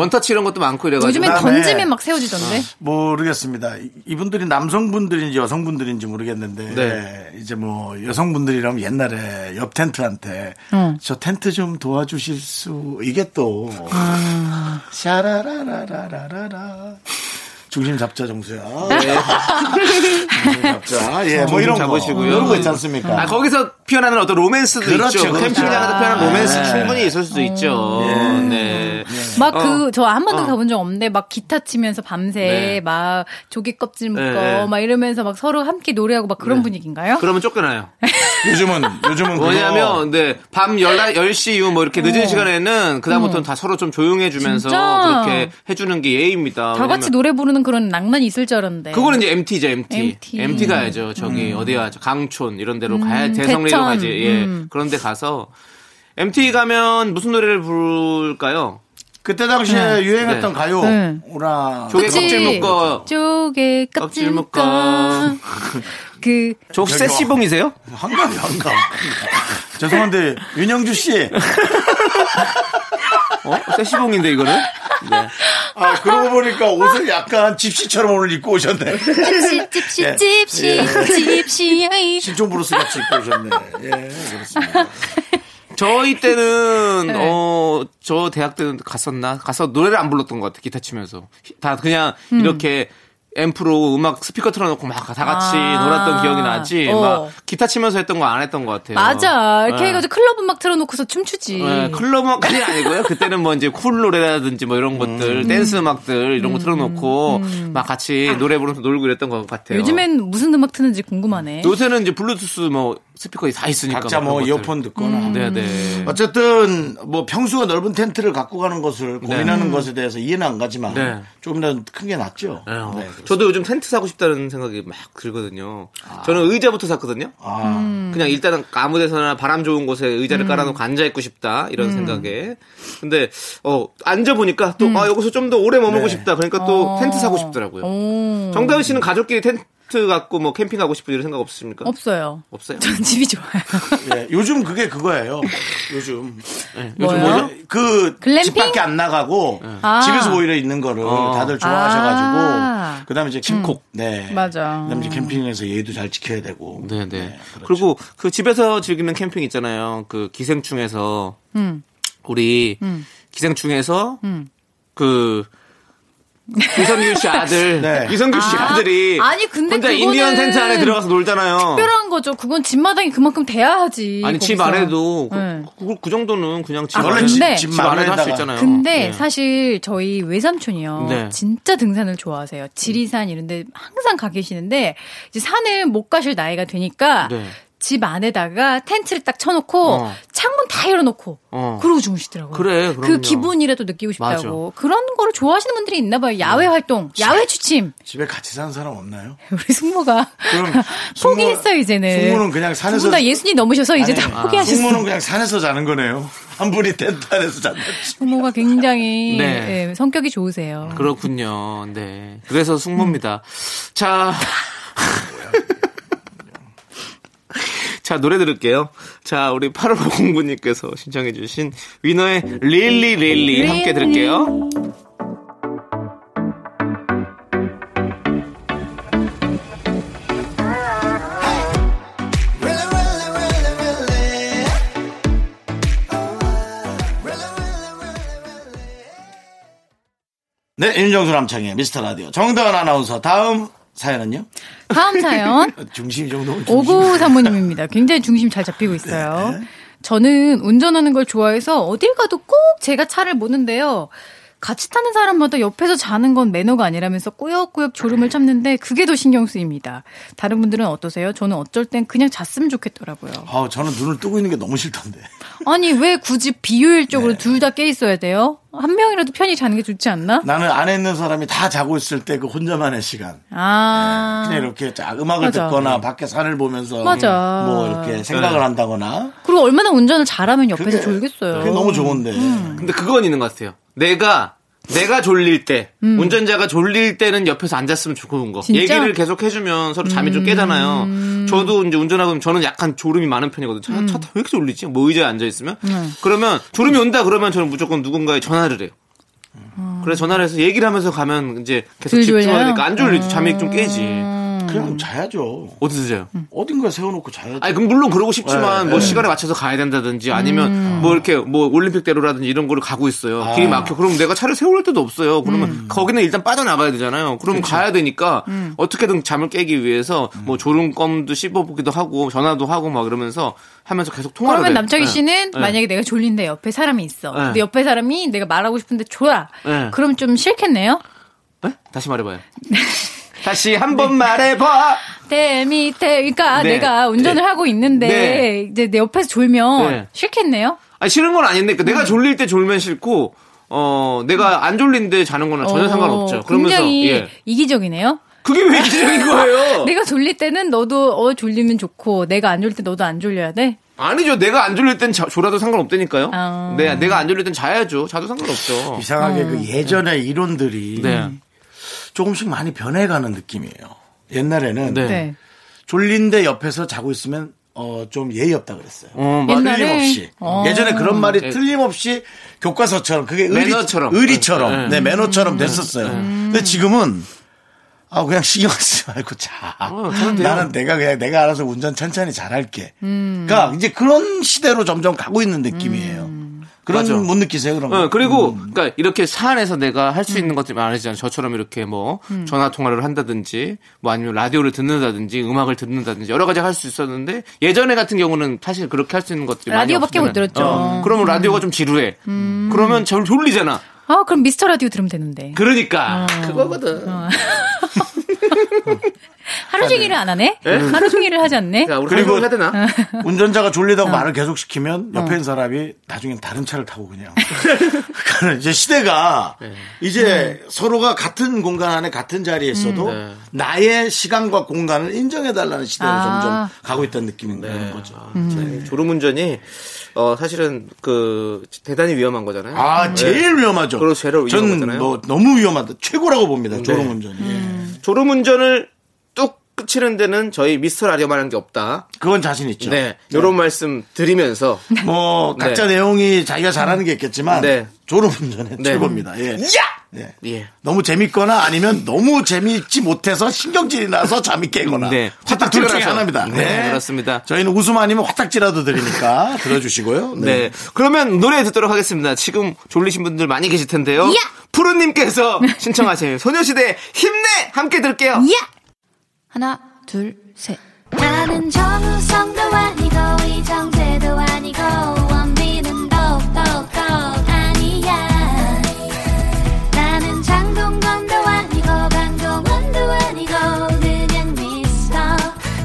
S2: 원터치 이런 것도 많고 이래가지고. 아.
S6: 요즘엔
S1: 그다음에-
S6: 던지면 막 세워지던데.
S1: 모르겠습니다. 이- 이분들이 남성분들인지 여성분들인지 모르겠는데
S2: 네.
S1: 이제 뭐 여성분들이라면 옛날에 옆 텐트한테 저 텐트 좀 도와주실 수 이게 또
S2: 아.
S1: 샤라라라라라라 중심 잡자 정수야. 예. 중심 잡자. 예, 뭐 이런 거
S2: 네. 잡으시고요.
S1: 이런 거 있지 않습니까?
S2: 아, 거기서 피어나는 어떤 로맨스도
S1: 그렇죠,
S2: 있죠.
S1: 그렇죠.
S2: 캠핑장에서 피어나는 로맨스
S1: 네. 예.
S2: 충분히 있을
S6: 어.
S2: 수도 있죠. 네.
S6: 막 그 저 한 번도
S2: 어.
S6: 가본 적 없는데 막 기타 치면서 밤새
S2: 네.
S6: 막 조개 껍질 묶어
S2: 네.
S6: 막 이러면서 막 서로 함께 노래하고 막 그런 분위기인가요?
S2: 그러면 쫓겨나요.
S1: 요즘은 요즘은
S6: 어.
S1: 그거
S2: 뭐냐면, 네, 밤 10시 이후 뭐 이렇게 늦은 시간에는 그다음부터는 다 서로 좀 조용해주면서
S6: 진짜?
S2: 그렇게 해주는 게 예의입니다.
S6: 다 같이 노래 부르는 그런 낭만이 있을 줄 알았는데.
S2: 그거는 이제 MT죠, MT.
S6: MT.
S2: MT, 가야죠. 저기 어디야, 저 강촌 이런 데로 가야 대성리로
S6: 음. 대천.
S2: 가지. 예.
S6: 음.
S2: 그런 데 가서 MT 가면 무슨 노래를 부를까요?
S1: 그때 당시에 유행했던
S2: 네.
S1: 가요
S6: 네.
S1: 오라
S2: 조개
S6: 그치?
S2: 껍질 묶어.
S6: 조개 껍질
S2: 껍질 묶어.
S6: 묶어. 그
S2: 저 혹시 세시봉이세요?
S1: 한감이 한감. <laughs> 죄송한데 윤영주 씨
S2: 어? 세시봉인데 이거는? 네.
S1: 아, 그러고 보니까 옷을 약간 집시처럼 오늘 입고 오셨네.
S3: 찝시
S2: 예.
S3: 찝시 찝시 찝시 아이
S1: 신촌 브루스 같이 입고 오셨네. 예, 그렇습니다.
S6: 네.
S2: 저희
S6: <laughs>
S2: 때는 어
S6: 음.
S2: 저 대학 때는 갔었나 가서 노래를 안 불렀던 것 같아 기타 치면서 다 그냥 이렇게 앰프로 음악 스피커 틀어놓고 막 다 같이
S6: 아.
S2: 놀았던 기억이 나지.
S6: 어.
S2: 막 기타 치면서 했던 거 안 했던 것 같아요.
S6: 맞아. 이렇게
S2: 예.
S6: 해가지고 클럽 음악 틀어놓고서 춤추지.
S2: 예, 클럽 음악까지는 <laughs> 아니고요. 그때는 뭐 이제 쿨 노래라든지 뭐 이런 것들, 댄스 음악들 이런 거 틀어놓고 막 같이 노래 부르면서 놀고 이랬던 것 같아요.
S6: 음. 아. 요즘엔 무슨 음악 트는지 궁금하네.
S2: 요새는 이제 블루투스 뭐 스피커 다 있으니까.
S1: 각자
S2: 막
S1: 뭐
S2: 그런 것들.
S1: 이어폰 듣거나.
S6: 음.
S2: 네네.
S1: 어쨌든 뭐 평수가 넓은 텐트를 갖고 가는 것을 고민하는 것에 대해서 이해는 안 가지만
S2: 네.
S1: 조금이라도 큰 게 낫죠.
S2: 네, 어.
S1: 음. 네, 그렇습니다.
S2: 저도 요즘 텐트 사고 싶다는 생각이 막 들거든요. 저는 의자부터 샀거든요.
S1: 아,
S2: 그냥 일단은 아무 데서나 바람 좋은 곳에
S1: 음.
S2: 의자를 깔아놓고 앉아있고 싶다 이런 생각에 근데 어 앉아보니까
S1: 음.
S2: 또 아 여기서 좀 더 오래 머물고
S1: 네.
S2: 싶다 그러니까 또
S1: 어.
S2: 텐트 사고 싶더라고요
S6: 오.
S2: 정다은 씨는 가족끼리 텐트 갖고 뭐 캠핑 가고 싶은 이런 생각 없으십니까?
S6: 없어요.
S2: 없어요?
S6: 전
S2: <laughs>
S6: 집이 좋아요.
S1: 예. 요즘 그게 그거예요. 요즘
S6: 뭐요?
S2: 네. 뭐죠?
S1: 그
S6: 글램핑?
S1: 집 밖에 안 나가고
S6: 아.
S1: 집에서 오히려 있는 거를 다들 좋아하셔가지고
S6: 아.
S1: 그다음에 이제 캠콕, 네,
S6: 맞아.
S1: 그다음에 이제 캠핑에서 예의도 잘 지켜야 되고,
S2: 네네
S1: 그렇죠.
S2: 그리고그 집에서 즐기는 캠핑 있잖아요 그 기생충에서
S6: 음.
S2: 우리 기생충에서 그 유성균 씨 아들
S1: <laughs> 네.
S2: 유성균 씨
S6: 아,
S2: 아, 들이
S6: 아니, 근데
S2: 혼자
S6: 그거는
S2: 인디언 텐트 안에 들어가서 놀잖아요.
S6: 특별한 거죠. 그건 집마당이 그만큼 돼야지.
S2: 아니 집
S6: 거기서.
S2: 안에도 그,
S6: 네.
S2: 그, 그 정도는 그냥 집
S6: 아,
S2: 안에
S1: 원래
S6: 근데-
S1: 집,
S2: 집
S1: 집
S2: 안에도 할 수
S1: 마루에다가
S2: 있잖아요.
S6: 근데
S1: 예.
S2: 네.
S6: 사실 저희 외삼촌이요.
S2: 네.
S6: 진짜 등산을 좋아하세요. 지리산 이런 데 항상 가 계시는데 이제 산을 못 가실 나이가 되니까
S2: 네.
S6: 집 안에다가 텐트를 딱 쳐놓고
S2: 어.
S6: 창문 다 열어놓고
S2: 어.
S6: 그러고 주무시더라고요.
S2: 그래,
S6: 그
S2: 그럼요.
S6: 기분이라도 느끼고 싶다고. 그런 거를 좋아하시는 분들이 있나 봐요. 야외
S1: 네.
S6: 활동, 야외 취침. <laughs>
S1: 집에 같이 사는 사람 없나요?
S6: 우리 숙모가
S1: 그럼 숙모-
S6: <laughs> 포기했어요 이제는.
S1: 숙모는 그냥 산에서-
S6: 두분다 예순이 넘으셔서 이제
S1: 아니,
S6: 다 포기하셨어요.
S1: 숙모는 그냥 산에서 자는 거네요. <laughs> 한 분이 텐트 안에서 잔다.
S6: 숙모가 굉장히
S2: 네.
S6: 예, 성격이 좋으세요.
S2: 그렇군요. 네. 그래서 숙모입니다. 자. <laughs> 자, 노래 들을게요. 자, 우리 8509님께서 신청해주신 위너의 릴리 릴리 함께 들을게요.
S1: 네, 윤정수 남창의 미스터 라디오 정다은 아나운서 다음 사연은요?
S6: 다음 사연.
S1: 중심 네, 정도면
S6: 오구 사모님입니다. 굉장히 중심 잘 잡히고 있어요. 저는 운전하는 걸 좋아해서 어딜 가도 꼭 제가 차를 모는데요. 같이 타는 사람마다 옆에서 자는 건 매너가 아니라면서 꾸역꾸역 졸음을 참는데 그게 더 신경 쓰입니다. 다른 분들은 어떠세요? 저는 어쩔 땐 그냥 잤으면 좋겠더라고요.
S1: 아, 저는 눈을 뜨고 있는 게 너무 싫던데.
S6: 아니 왜 굳이 비효율적으로
S1: 네.
S6: 둘 다 깨 있어야 돼요? 한 명이라도 편히 자는 게 좋지 않나?
S1: 나는 안에 있는 사람이 다 자고 있을 때 그 혼자만의 시간.
S6: 아
S1: 그냥 이렇게 자- 음악을
S6: 맞아.
S1: 듣거나 밖에 산을 보면서
S6: 맞아.
S1: 뭐 이렇게 생각을 한다거나
S6: 그리고 얼마나 운전을 잘하면 옆에서
S1: 그게-
S6: 졸겠어요. 음,
S1: 그게 너무 좋은데.
S2: 근데 그건 있는 것 같아요. 내가, 내가 졸릴 때, 운전자가 졸릴 때는 옆에서 앉았으면 좋은 거.
S6: 음. 진짜? 음.
S2: 얘기를 계속 해주면 서로 잠이 좀 깨잖아요. 저도 이제 운전하고 있으면 저는 약간 졸음이 많은 편이거든요. 차, 차, 타왜 이렇게 졸리지? 뭐 의자에 앉아있으면?
S6: 네.
S2: 그러면 졸음이 온다 그러면 저는 무조건 누군가에 전화를 해요. 그래서 전화를 해서 얘기를 하면서 가면 이제 계속
S6: 음. 어. 덜
S2: 집중하니까
S6: 졸려요? 어.
S2: 안 졸리지. 잠이 좀 깨지.
S6: 음.
S1: 그냥 자야죠.
S2: 어디서 자요?
S1: 어딘가 세워놓고 자야죠.
S2: 아니, 그럼 물론 그러고 싶지만, 뭐, 시간에 맞춰서 가야 된다든지, 아니면,
S6: 음.
S2: 뭐, 이렇게, 뭐, 올림픽대로라든지 이런 거를 가고 있어요. 길이 막혀. 그럼 내가 차를 세울 때도 없어요. 그러면,
S6: 음.
S2: 거기는 일단 빠져나가야 되잖아요. 그러면 가야 되니까, 어떻게든 잠을 깨기 위해서, 뭐, 그렇죠. 졸음껌도 씹어보기도 하고, 전화도 하고, 막 이러면서, 하면서 계속 통화를
S6: 그러면
S2: 해요.
S6: 남창희
S2: 네.
S6: 씨는
S2: 네.
S6: 만약에 내가 졸린데 옆에 사람이 있어.
S2: 네.
S6: 근데 옆에 사람이 내가 말하고 싶은데 졸아.
S2: 네.
S6: 그럼 좀 싫겠네요.
S2: 네? 다시 말해봐요. <laughs> 다시 한 번 말해봐!
S6: 내 밑에 그러니까
S2: 네.
S6: 내가 운전을 하고 있는데
S2: 네.
S6: 이제 내 옆에서 졸면
S2: 네.
S6: 싫겠네요.
S2: 아니, 싫은 건 아닌데, 그러니까
S6: 음.
S2: 내가 졸릴 때 졸면 싫고, 어, 내가 안 졸린데 자는 거는 아, 전혀
S6: 어,
S2: 상관없죠. 그러면서,
S6: 굉장히
S2: 예.
S6: <laughs> 이기적이네요. 네.
S2: 그게 왜 이기적인 거예요?
S6: 내가 졸릴 때는 너도 어 졸리면 좋고 내가 안 졸릴 때 너도 안 졸려야 돼.
S2: 아니죠. 내가 안 졸릴 땐 자, 졸아도 상관없다니까요.
S6: 아.
S2: 네, 내가 안 졸릴 땐 자야죠. 자도 상관없죠.
S1: 이상하게
S6: 음.
S1: 그 예전의 이론들이
S2: 네.
S1: 조금씩 많이 변해가는 느낌이에요. 옛날에는
S2: 네.
S6: 네.
S1: 졸린데 옆에서 자고 있으면 어 좀 예의 없다 그랬어요.
S2: 어, 맞-
S6: 옛날에?
S1: 뭐 틀림없이
S6: 어.
S1: 예전에 그런 말이 틀림없이 교과서처럼 그게 의리,
S2: 매너처럼.
S1: 의리처럼
S2: 네. 음.
S1: 네 매너처럼 됐었어요. 근데 지금은 아 그냥 신경 쓰지 말고 자.
S2: 어,
S1: 나는 내가 그냥 내가 알아서
S2: 음.
S1: 운전 천천히 잘할게. 그러니까 이제 그런 시대로 점점 가고 있는 느낌이에요. 그런
S2: 음. 맞아.
S1: 못 느끼세요 그런 거.
S2: 어, 그리고
S6: 음.
S2: 그러니까 이렇게 사 안에서 내가 할 수 있는 것들이 많아지잖아요. 저처럼 이렇게 뭐
S6: 음.
S2: 전화 통화를 한다든지 뭐 아니면 라디오를 듣는다든지 음악을 듣는다든지 여러 가지 할 수 있었는데 예전에 같은 경우는 사실 그렇게 할 수 있는 것들이 많이
S6: 라디오밖에 못
S2: 없었잖아요.
S6: 들었죠. 음.
S2: 어, 그러면 라디오가 좀 지루해. 그러면 절 졸리잖아.
S6: 아, 그럼 미스터 라디오 들으면
S2: <laughs>
S6: 되는데.
S2: 그러니까
S6: 어.
S2: 그거거든.
S6: 하루 종일을 안 하네? 하루 종일을 하지 않네?
S2: 야, 우리
S1: 그리고-
S2: 그리고 해야
S6: 어.
S2: 되나?
S1: 운전자가
S2: 어.
S1: 졸리다고 말을 계속 시키면 옆에 있는 사람이 나중엔 다른 차를 타고
S2: <laughs>
S1: 그냥. 그러니까 이제 시대가
S2: 네.
S1: 이제 서로가 같은 공간 안에 같은 자리에 있어도
S2: 네.
S1: 나의 시간과 공간을 인정해달라는 시대로
S6: 아.
S1: 점점 가고 있다는 느낌인 거죠.
S2: 아, 네. 졸음운전이 어, 사실은 그 대단히 위험한 거잖아요. 네.
S1: 아, 제일 위험하죠.
S2: 그리고 제일 위험한
S1: 저는
S2: 거잖아요. 네.
S1: 뭐 너무 위험하다. 최고라고 봅니다. 졸음운전이.
S2: 졸음운전을 뚝 끝치는 데는 저희 미스터 라디오만한 게 없다.
S1: 그건 자신 있죠.
S2: 네, 이런 말씀 드리면서
S1: 뭐 각자 내용이 자기가 잘하는 게 있겠지만
S2: 네.
S1: 졸음운전에
S2: 네.
S1: 최고입니다. 예. 예.
S2: 예.
S1: 너무 재밌거나 아니면 너무 재미있지 못해서 신경질이 나서 잠이 깨거나
S2: 네.
S1: 화딱 둘 중에
S2: 화딱지가 나서.
S1: 하나입니다.
S2: 네, 그렇습니다.
S1: 저희는 웃음 아니면 화딱지라도
S2: <laughs>
S1: 드리니까 들어주시고요.
S2: 네. 그러면 노래 듣도록 하겠습니다. 지금 졸리신 분들 많이 계실 텐데요. 푸른님께서 신청하신 소녀시대 힘내! 함께 들게요.
S6: 하나, 둘, 셋.
S3: 나는 정우성도 아니고 이정재도 아니고 원빈은 더욱더 아니야 나는 장동건도 아니고 강동원도 아니고 그냥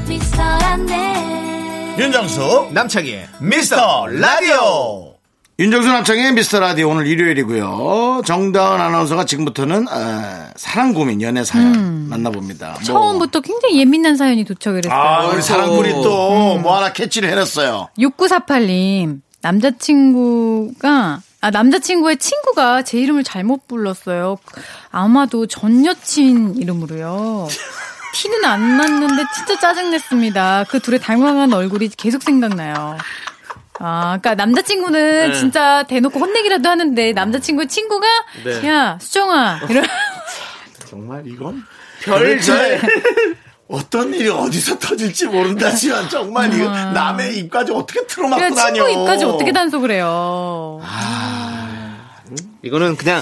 S3: 미스터 미스터란데
S1: 윤정수 남창희의 미스터 라디오 윤정수 남창희의 미스터 라디오 오늘 일요일이고요. 정다은 아나운서가 지금부터는 아, 사랑 고민 연애 사연 만나봅니다. 뭐.
S6: 음. 처음부터 굉장히 예민한 사연이 도착을 했어요.
S1: 아, 우리
S2: 아이고.
S1: 사랑꾼이 또 뭐 하나 캐치를 해냈어요.
S6: 6948님, 남자친구가, 아, 남자친구의 친구가 제 이름을 잘못 불렀어요. 아마도 전 여친
S1: <laughs>
S6: 이름으로요. 티는 안 났는데 진짜 짜증냈습니다. 그 둘의 당황한 얼굴이 계속 생각나요. 아, 그니까
S1: 네.
S6: 남자친구는 진짜 대놓고 혼내기라도 하는데 남자친구 친구가
S2: 네.
S6: 야 수정아
S1: <laughs>
S6: 이런
S1: 정말 이건
S2: 별별.
S1: 어떤 일이 어디서 터질지
S2: 아.
S1: 모른다지만 정말 이 남의 입까지 어떻게 틀어막고
S6: 그냥
S1: 다녀.
S6: 친구 입까지 어떻게 단속을 해요?
S2: 이거는 그냥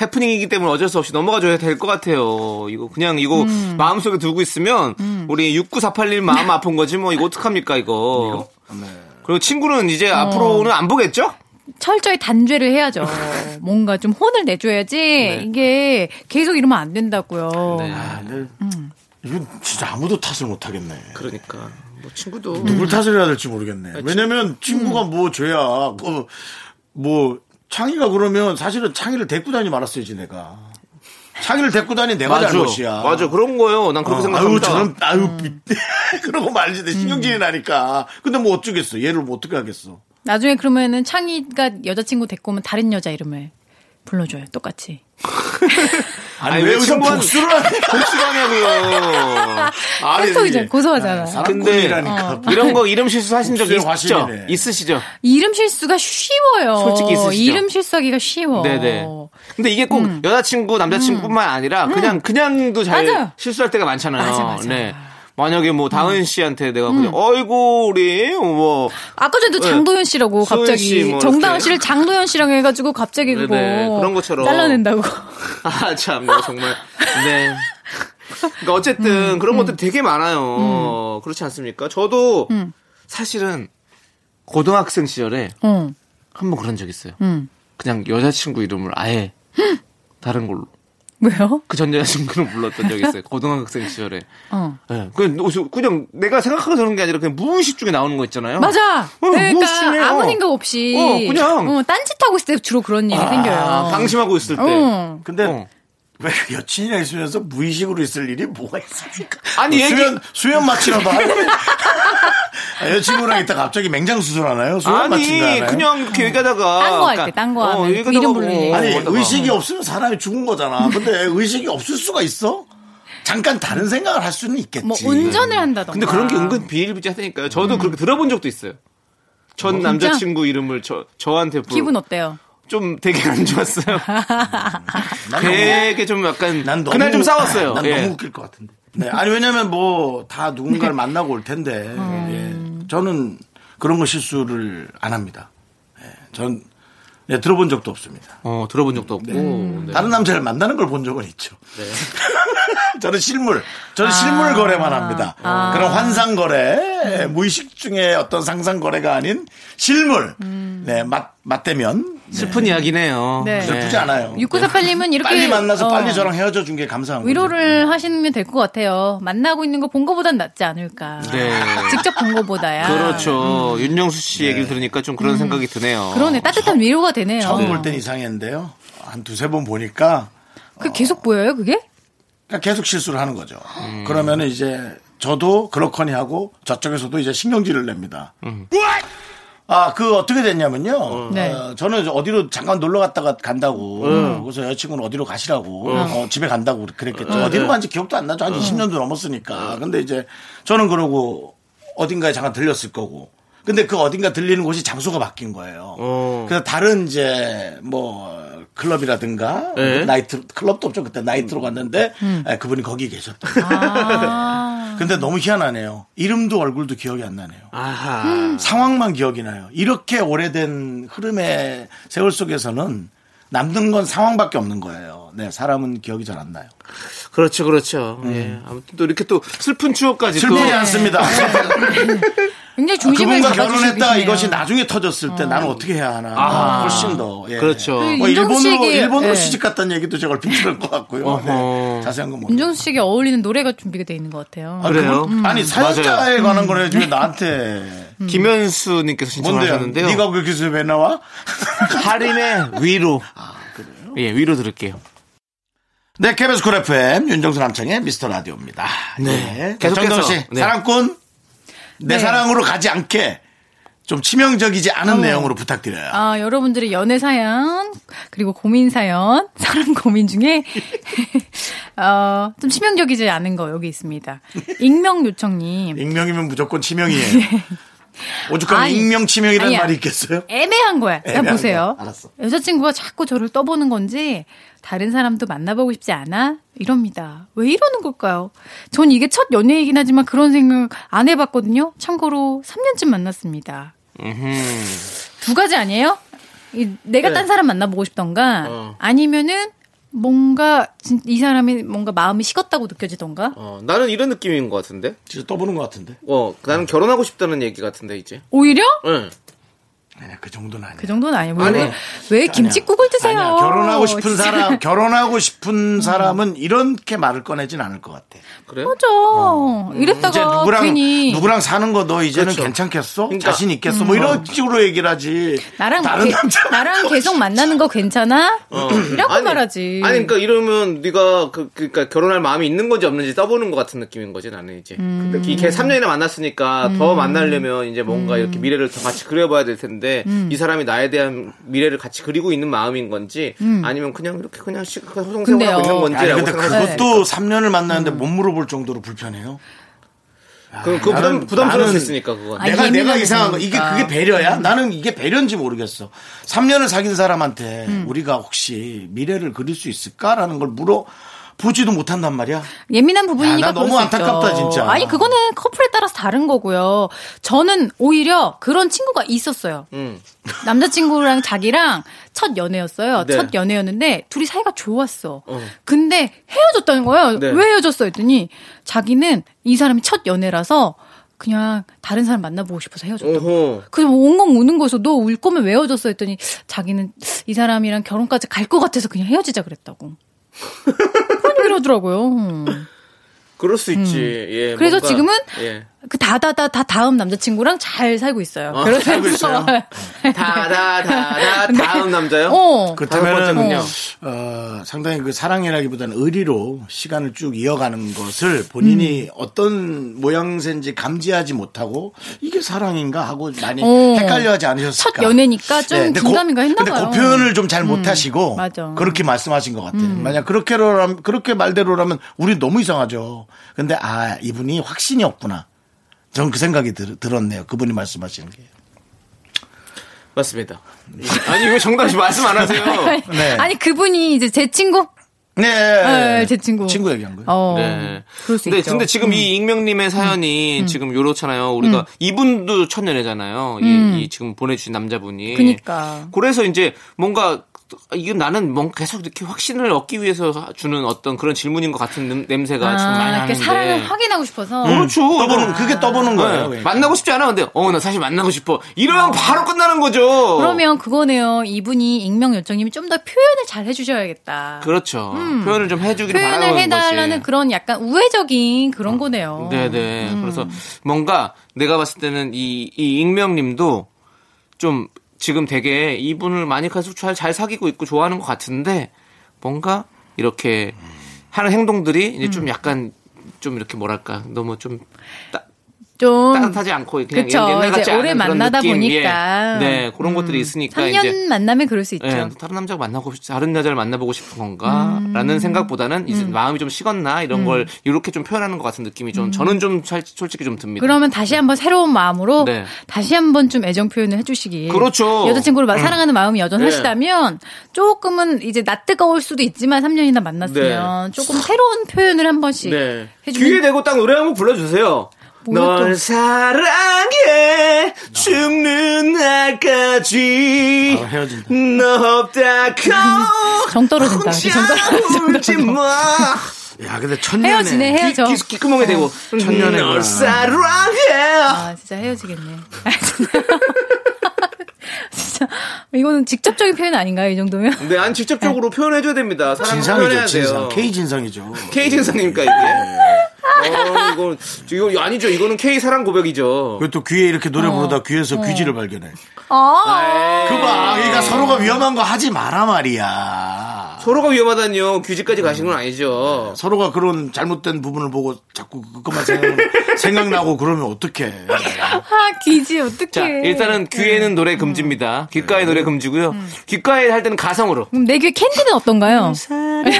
S2: 해프닝이기 때문에 어쩔 수 없이 넘어가줘야 될 것 같아요. 이거 그냥 이거 마음속에 두고 있으면 우리 6948님 마음 아픈 거지 뭐 이거 어떡합니까 이거.
S1: 네.
S2: 그리고 친구는 이제 앞으로는 안 보겠죠?
S6: 철저히 단죄를
S2: <laughs>
S6: 해야죠. 뭔가 좀 혼을 내줘야지
S2: 네.
S6: 이게 계속 이러면 안 된다고요.
S1: 아, 근데 이건 진짜 아무도 탓을 못 하겠네.
S2: 그러니까 뭐 친구도 아, 음.
S1: 누굴 탓을 해야 될지 모르겠네. 왜냐면 친구가 뭐 죄야. 그, 뭐 창이가 그러면 사실은 창이를 데리고 다니 말았어야지 내가. 창이를 데리고 다니 내가 잘못이야.
S2: 맞아 그런 거예요. 난
S1: 어,
S2: 그렇게
S1: 아유,
S2: 생각합니다. 음.
S1: 저런, 아유, <laughs> 그러고 말지. 내 신경질이 나니까. 근데 뭐 어쩌겠어. 얘를 뭐 어떻게 하겠어.
S6: 나중에 그러면은 창희가 여자친구 데리고 오면 다른 여자 이름을 불러줘요. 똑같이.
S1: 아니,
S2: 아니,
S1: 왜
S2: 왜
S1: 여기서
S2: 친구한-
S1: 복수를 하냐.
S2: 하냐고요. 네,
S1: 아니,
S6: 팬톡이잖아요.
S1: 이게
S6: 고소하잖아.
S1: 사랑꾼이라니까.
S2: 이런 거 이름 실수 하신 적
S1: 복수의
S2: 있죠?
S1: 화신이네.
S2: 있으시죠?
S6: 이름 실수가 쉬워요.
S2: 솔직히 있으시죠?
S6: 이름 실수하기가 쉬워.
S2: 네네. 근데 이게 꼭 여자친구, 남자친구뿐만 아니라 그냥 그냥도 잘
S6: 음. 맞아요.
S2: 실수할 때가 많잖아요.
S6: 맞아, 맞아. 음.
S2: 네. 만약에 뭐 다은 씨한테 내가 그냥 어이구 우리 뭐
S6: 아까 전에도
S2: 네.
S6: 장도연 씨라고
S2: 소연
S6: 갑자기
S2: 씨뭐
S6: 정다은
S2: 이렇게.
S6: 씨를 장도연 씨랑 해가지고 갑자기 그거
S2: 네네. 그런 것처럼. <laughs>
S6: 잘라낸다고.
S2: <laughs> 아, 참, 이거 정말. 네. 그러니까 어쨌든
S6: 음.
S2: 그런 것들 이 되게 많아요. 그렇지 않습니까? 저도
S6: 음.
S2: 사실은 고등학생 시절에
S6: 어.
S2: 한 번 그런 적 있어요.
S6: 음.
S2: 그냥 여자친구 이름을 아예 다른 걸로.
S6: 왜요?
S2: 그 전 여자친구를 불렀던 적이
S6: <laughs>
S2: 있어요. 고등학생 시절에.
S6: 어.
S2: 예, 그냥, 노- 그냥 내가 생각하고 저런 게 아니라 그냥 무의식 중에 나오는
S1: 어.
S2: 거 있잖아요. 어,
S6: 맞아.
S1: 뭐
S2: 무의식이에요.
S6: 그러니까 아무 생각 없이
S2: 어, 그냥.
S6: 어, 딴짓하고 있을 때 주로 그런 일이 생겨요.
S2: 아, 방심하고 있을 때.
S6: 어.
S1: 근데
S2: 어.
S1: 왜그 여친이랑 있으면서 무의식으로 있을 일이 뭐가 있습니까?
S2: 아니,
S1: 뭐
S2: 얘기-
S1: 수면 수면
S2: <laughs>
S1: 마취라도 하고 아, 여친구랑 있다 갑자기 맹장 수술하나요? 수면
S2: 아니,
S1: 마취인가 하나요?
S2: 그냥 이렇게 얘기하다가.
S6: 딴거할
S2: 약간,
S6: 때, 딴거 하면
S2: 얘기하다가
S6: 이름
S2: 뭐
S6: 부르는 얘기.
S1: 아니
S2: 하다가.
S1: 의식이 없으면 사람이 죽은 거잖아. 근데 의식이 없을 수가 있어? 잠깐 다른 생각을 할 수는 있겠지.
S6: 뭐 운전을 한다던가.
S2: 근데 그런 게 은근 비일비재하니까요.
S6: 음.
S2: 저도 그렇게 들어본 적도 있어요. 전 남자친구 이름을 저 저한테 불...
S6: 기분 어때요?
S2: 좀 되게 안
S6: <laughs>
S2: 좋았어요.
S6: 아,
S1: 난 너무-
S2: 되게 좀 약간
S1: 난 너무-
S2: 그날 좀 싸웠어요.
S1: 난
S2: 예. 네.
S1: 너무 웃길 것 같은데. 네, 아니 왜냐면 뭐 다 누군가를 만나고 올 텐데
S2: 음.
S1: 예. 저는 그런 거 실수를 안 합니다. 예, 전 네, 들어본 적도 없습니다.
S2: 어, 들어본 적도 없고. 네.
S1: 다른 남자를 만나는 걸 본 적은 있죠.
S2: 네.
S1: <laughs> 저는 실물, 저는
S2: 아.
S1: 실물 거래만 합니다. 그런 환상 거래, 무의식 중에 어떤 상상 거래가 아닌 실물, 네, 맞, 맞대면
S2: 슬픈 음. 이야기네요.
S6: 네.
S1: 슬프지 않아요.
S6: 6948님은 이렇게
S1: 어, 네. 빨리 만나서
S6: 어,
S1: 빨리 저랑 헤어져 준 게 감사한 거죠.
S6: 위로를 하시면 될 것 같아요. 만나고 있는 거 본 거보단 낫지 않을까.
S2: 네.
S6: 직접 본 거보다야.
S2: 그렇죠. 윤정수 씨 얘기를 들으니까 좀 그런 생각이 드네요.
S6: 음. 네. 그러네. 따뜻한 위로가 되네요.
S1: 처음 볼 땐 이상했는데요. 한 두세 번 보니까
S6: 그 계속 보여요, 그게?
S1: 그러니까 계속 실수를 하는 거죠. 그러면 이제 저도 그렇거니 하고 저쪽에서도 이제 신경질을 냅니다. 아, 그 음. 어떻게 됐냐면요.
S6: 네.
S1: 어, 저는 이제 어디로 잠깐 놀러 갔다가 간다고. 그래서 여자친구는 어디로 가시라고. 어, 집에 간다고 그랬겠죠. 어디로 간지 기억도 안 나죠. 한 20년도 넘었으니까. 근데 이제 저는 그러고 어딘가에 잠깐 들렸을 거고. 근데 그 어딘가 들리는 곳이 장소가 바뀐 거예요.
S2: 어.
S1: 그래서 다른 이제 뭐 클럽이라든가 뭐
S2: 네. 음.
S1: 나이트 클럽도 없죠 그때 나이트로 갔는데
S6: 음.
S1: 예, 그분이 거기 계셨다.
S6: 아.
S1: <laughs> 근데 너무 희한하네요. 이름도 얼굴도 기억이 안 나네요.
S6: 음.
S2: 아하.
S1: 상황만 기억이 나요. 이렇게 오래된 흐름의 세월 속에서는 남는 건 상황밖에 없는 거예요. 네, 사람은 기억이 잘 안 나요.
S2: 그렇죠, 그렇죠. 예. 아무튼 또 이렇게 또 슬픈 추억까지 또.
S1: 슬프지 않습니다. <laughs>
S6: 굉장히 네. 중심을
S1: 그분과
S6: 잡아주시고
S1: 결혼했다가
S6: 계시네요.
S1: 이것이 나중에 터졌을 때 나는 어떻게 해야 하나. 훨씬 더. 예.
S2: 아. 그렇죠.
S6: 그
S1: 뭐
S6: 윤정수
S1: 일본으로
S6: 씨에게-
S1: 일본으로
S6: 네.
S1: 시집 갔다는 얘기도 제가 얼핏 들은 것 같고요. 네.
S2: 어허.
S1: 자세한 건 모르겠어요.
S6: 윤정수 씨에게 어울리는 노래가 준비가 돼 있는 것 같아요.
S1: 아,
S2: 그래요?
S1: 그건-
S2: 음.
S1: 아니 사연자에 관한 거래 지금
S2: <laughs>
S1: 나한테
S2: 김현수님께서
S1: 뭔데요?
S2: 신청하셨는데요.
S1: 네가 왜 기술 왜 나와?
S2: 하림의 위로. 예, 위로 들을게요.
S1: 네, 케빈스 쿨 FM 윤정수 남창의 미스터 라디오입니다. 네,
S2: 계속해서,
S1: 정다은 씨
S2: 네.
S1: 사랑꾼 내
S6: 네. 어.
S1: 사랑으로 가지 않게 좀 치명적이지 않은 내용으로 부탁드려요.
S6: 아, 여러분들의 연애 사연, 그리고 고민 사연, <laughs> 사람 고민 중에, <laughs> 어, 좀 치명적이지 않은 거 여기 있습니다. 익명 요청님.
S1: 익명이면 무조건
S6: <laughs>
S1: 치명이에요. 오죽하면
S6: 네. 아니,
S1: 익명 치명이라는
S6: 아니야.
S1: 말이 있겠어요?
S6: 애매한 거야. 자,
S1: 애매한
S6: 보세요.
S1: 거야. 알았어.
S6: 여자친구가 자꾸 저를 떠보는 건지 다른 사람도 만나보고 싶지 않아? 이럽니다. 왜 이러는 걸까요? 전 이게 첫 연애이긴 하지만 그런 생각 안 해봤거든요. 참고로 3년쯤 만났습니다. 두 가지 아니에요? 이, 내가
S1: 네.
S6: 딴 사람 만나보고 싶던가
S1: 어.
S6: 아니면은 뭔가 진- 이 사람이 뭔가 마음이 식었다고 느껴지던가
S2: 어, 나는 이런 느낌인 것 같은데?
S1: 진짜 떠보는 것 같은데.
S2: 어, 나는 결혼하고 싶다는 얘기 같은데, 이제.
S6: 오히려
S2: 예.
S1: 아니야, 그 정도는 아니야.
S6: 그 정도는 아니에요.
S2: 아니.
S6: 왜, 왜 김치국을 드세요?
S1: 아니야, 결혼하고 싶은
S6: 진짜. <laughs> 음.
S1: 사람, 결혼하고 싶은 사람은 이렇게 말을 꺼내진 않을 것 같아.
S2: 그래?
S6: 맞아. 이랬다가
S1: 어. 이제 누구랑
S6: 그러니까 괜히 음.
S1: 누구랑 사는 거 너 이제는
S2: 그렇죠.
S1: 괜찮겠어?
S2: 그러니까.
S1: 자신 있겠어? 뭐 이런 식으로 얘기를 하지.
S6: 나랑
S1: 다른 어.
S6: 게- <laughs>
S1: 남자 <laughs>
S6: 나랑 계속 만나는 거 괜찮아? 이라고
S2: 아니,
S6: 말하지.
S2: 아니, 그러니까 이러면 네가 그, 그러니까 결혼할 마음이 있는 건지 없는지 떠보는 것 같은 느낌인 거지 나는 이제.
S6: 음.
S2: 근데 이게 3년이나 만났으니까 더 만나려면 이제
S6: 음.
S2: 뭔가 이렇게 미래를 더 같이 그려봐야 될 텐데 이 사람이 나에 대한 미래를 같이 그리고 있는 마음인 건지 아니면 그냥 이렇게 그냥 시- 그냥
S6: 근데요.
S2: 호송세월하고 있는 건지.
S1: 아니, 근데
S6: 생각하지.
S1: 그것도 3년을 만나는데
S6: 음.
S1: 못 물어볼 정도로 불편해요.
S2: 그, 그
S1: 나는-
S2: 부담 부담스러울 수
S1: 나는-
S2: 있으니까 그건.
S6: 아니, 아.
S1: 내가 내가
S6: 예민하게
S1: 이상한 거 이게
S6: 되니까.
S1: 그게 배려야? 나는 이게 배려인지 모르겠어. 3년을 사귄 사람한테
S6: 음.
S1: 우리가 혹시 미래를 그릴 수 있을까라는 걸 물어 보지도 못한단 말이야.
S6: 예민한 부분이니까
S1: 야, 나
S6: 그럴
S1: 너무
S6: 수 있죠.
S1: 안타깝다, 진짜.
S6: 아니 그거는 커플에 따라서 다른 거고요. 저는 오히려 그런 친구가
S1: <laughs>
S6: 있었어요.
S2: 음.
S6: 남자친구랑 자기랑 첫 연애였어요.
S2: 네.
S6: 첫 연애였는데 둘이 사이가 좋았어. 근데 헤어졌다는 거예요.
S2: 네.
S6: 왜 헤어졌어 했더니 자기는 이 사람이 첫 연애라서 그냥 다른 사람 만나보고 싶어서 헤어졌다.
S2: 오호.
S6: 그래서 뭐 엉엉 우는 거에서 너 울 거면 왜 헤어졌어 했더니 자기는 이 사람이랑 결혼까지 갈 것 같아서 그냥
S2: <laughs>
S6: 헤어지자 그랬다고. 그런 얘기를 하더라고요. 음.
S2: 그럴 수 있지. 예.
S6: 그래서
S2: 뭔가-
S6: 지금은
S2: 예.
S6: 그 다다다 다 다음 남자친구랑 잘 살고 있어요.
S2: 아,
S6: 그래서 네.
S2: 살고 있어요?
S6: <laughs>
S2: 아, 다다다다 다음 남자요?
S6: 어.
S2: 다섯
S1: 그렇다면은
S2: 번째는요?
S1: 어, 상당히 그 사랑이라기보다는 의리로 시간을 쭉 이어가는 것을 본인이
S6: 음.
S1: 어떤 모양새인지 감지하지 못하고 이게 사랑인가 하고 많이
S6: 어.
S1: 헷갈려하지 않으셨을까?
S6: 첫 연애니까 좀
S1: 근데 그-
S6: 긴가민가 했나
S1: 근데
S6: 봐요. 음.
S1: 그 표현을 좀 잘 못하시고
S6: 맞아. 음.
S1: 그렇게 말씀하신 것 같아요. 만약 그렇게로라면 그렇게 말대로라면 우리 너무 이상하죠. 근데 아 이분이 확신이 없구나. 전 그 생각이 들, 들었네요. 그분이 말씀하시는 게.
S2: 맞습니다. 아니 왜 정답이 말씀 안 하세요?
S6: <laughs>
S1: 네.
S6: 아니 그분이 이제 제 친구
S1: 네,
S6: 네, 제 친구.
S1: 친구 얘기한 거예요.
S6: 어,
S2: 네.
S6: 그럴 수
S2: 근데,
S6: 있죠. 음.
S2: 근데 지금 이 익명님의 사연이 지금 요렇잖아요. 우리가 이분도 첫 연애잖아요. 이, 이 지금 보내주신 남자분이.
S6: 음. 그니까.
S2: 그래서 이제 뭔가 이건 나는 뭔가 계속 이렇게 확신을 얻기 위해서 주는 어떤 그런 질문인 것 같은 냄- 냄새가 지금 많이
S6: 아,
S2: 나는데. 음.
S6: 이렇게 사랑을 확인하고 싶어서.
S2: 그렇죠.
S1: 음. 떠보는 그게
S6: 아.
S1: 떠보는
S2: 네.
S1: 거예요. 그러니까.
S2: 만나고 싶지 않아. 근데 어 나 사실 만나고 싶어. 이러면 바로 끝나는 거죠.
S6: 그러면 그거네요. 이분이 익명 요청님이 좀 더 표현을 잘 해주셔야겠다.
S2: 렇죠 그렇죠. 표현을 좀 해주기를
S6: 음. 표현을
S2: 바라는
S6: 해달라는
S2: 거지. 어.
S6: 그런 약간 우회적인 그런 거네요.
S2: 네네.
S6: 음.
S2: 그래서 뭔가 내가 봤을 때는 이, 이 익명님도 좀 지금 되게 이분을 많이 계속 잘, 잘 사귀고 있고 좋아하는 것 같은데 뭔가 이렇게
S6: 음.
S2: 하는 행동들이 이제 좀 약간 좀 이렇게 뭐랄까 너무 좀 따,
S6: 좀
S2: 따뜻하지 않고 그냥
S6: 음. 그쵸.
S2: 옛날 같지
S6: 이제
S2: 않은
S6: 오래
S2: 그런
S6: 만나다
S2: 느낌.
S6: 보니까. 음.
S2: 예. 네 그런 것들이 있으니까
S6: 3년
S2: 이제
S6: 만나면 그럴 수 있죠.
S2: 예, 다른 남자 만나고 싶, 다른 여자를 만나보고 싶은
S6: 음.
S2: 건가라는 생각보다는 이제 마음이 좀 식었나 이런 걸 이렇게 좀 표현하는 것 같은 느낌이
S6: 음.
S2: 좀 저는 좀 살- 솔직히 좀 듭니다.
S6: 그러면 다시 한번 새로운 마음으로
S2: 네.
S6: 다시 한번 좀 애정 표현을 해주시기.
S2: 그렇죠. 네.
S6: 여자친구를 마- 사랑하는 마음이 여전하시다면 조금은 이제 낯 뜨거울 수도 있지만 3년이나 만났으면 조금 새로운 표현을 한 번씩
S2: 네.
S6: 해주는
S2: 귀에 대고 딱 노래 한 번 불러주세요.
S6: 뭐야, 또.
S2: 널 사랑해 죽는 날까지
S1: 아, 헤어진다.
S2: 너 없다고
S6: 정 떨어진다. 정 떨어진다.
S2: 혼자 울지 마
S1: 야, 근데 천년에
S6: 헤어지네 음. 헤어져.
S2: 귀- 귀- 귓구멍에 대고
S1: 천년의
S2: 널
S1: 고향.
S2: 사랑해
S6: 아 진짜 헤어지겠네. <laughs> 아, 진짜. 진짜 이거는 직접적인 표현 아닌가요 이 정도면?
S2: 근데 네, 안 직접적으로
S6: 네.
S2: 표현해줘야 됩니다 사랑을
S1: 진상이죠,
S2: 표현해야
S1: 진상.
S2: 돼요
S1: K 네. 진상이죠.
S2: K 진상입니까 이게 어, 이건 이거 아니죠 이거는 K 사랑 고백이죠
S1: 그리고 또 귀에 이렇게
S6: 어.
S1: 노래 부르다 귀에서 귀지를 발견해.
S2: 에이.
S1: 그봐, 그러니까 서로가 위험한 거 하지 마라 말이야.
S2: 서로가 위험하다니요 귀지까지 가신 건 아니죠
S1: 서로가 그런 잘못된 부분을 보고 자꾸 그것만 생각, <laughs> 생각나고 그러면 어떡해.
S6: 아 귀지 어떡해.
S2: 자, 일단은 귀에는 노래 금지입니다.
S6: 음.
S2: 귓가에 노래 금지고요. 귓가에 할 때는 가성으로.
S6: 그럼 내 귀에 캔디는 어떤가요?
S8: 그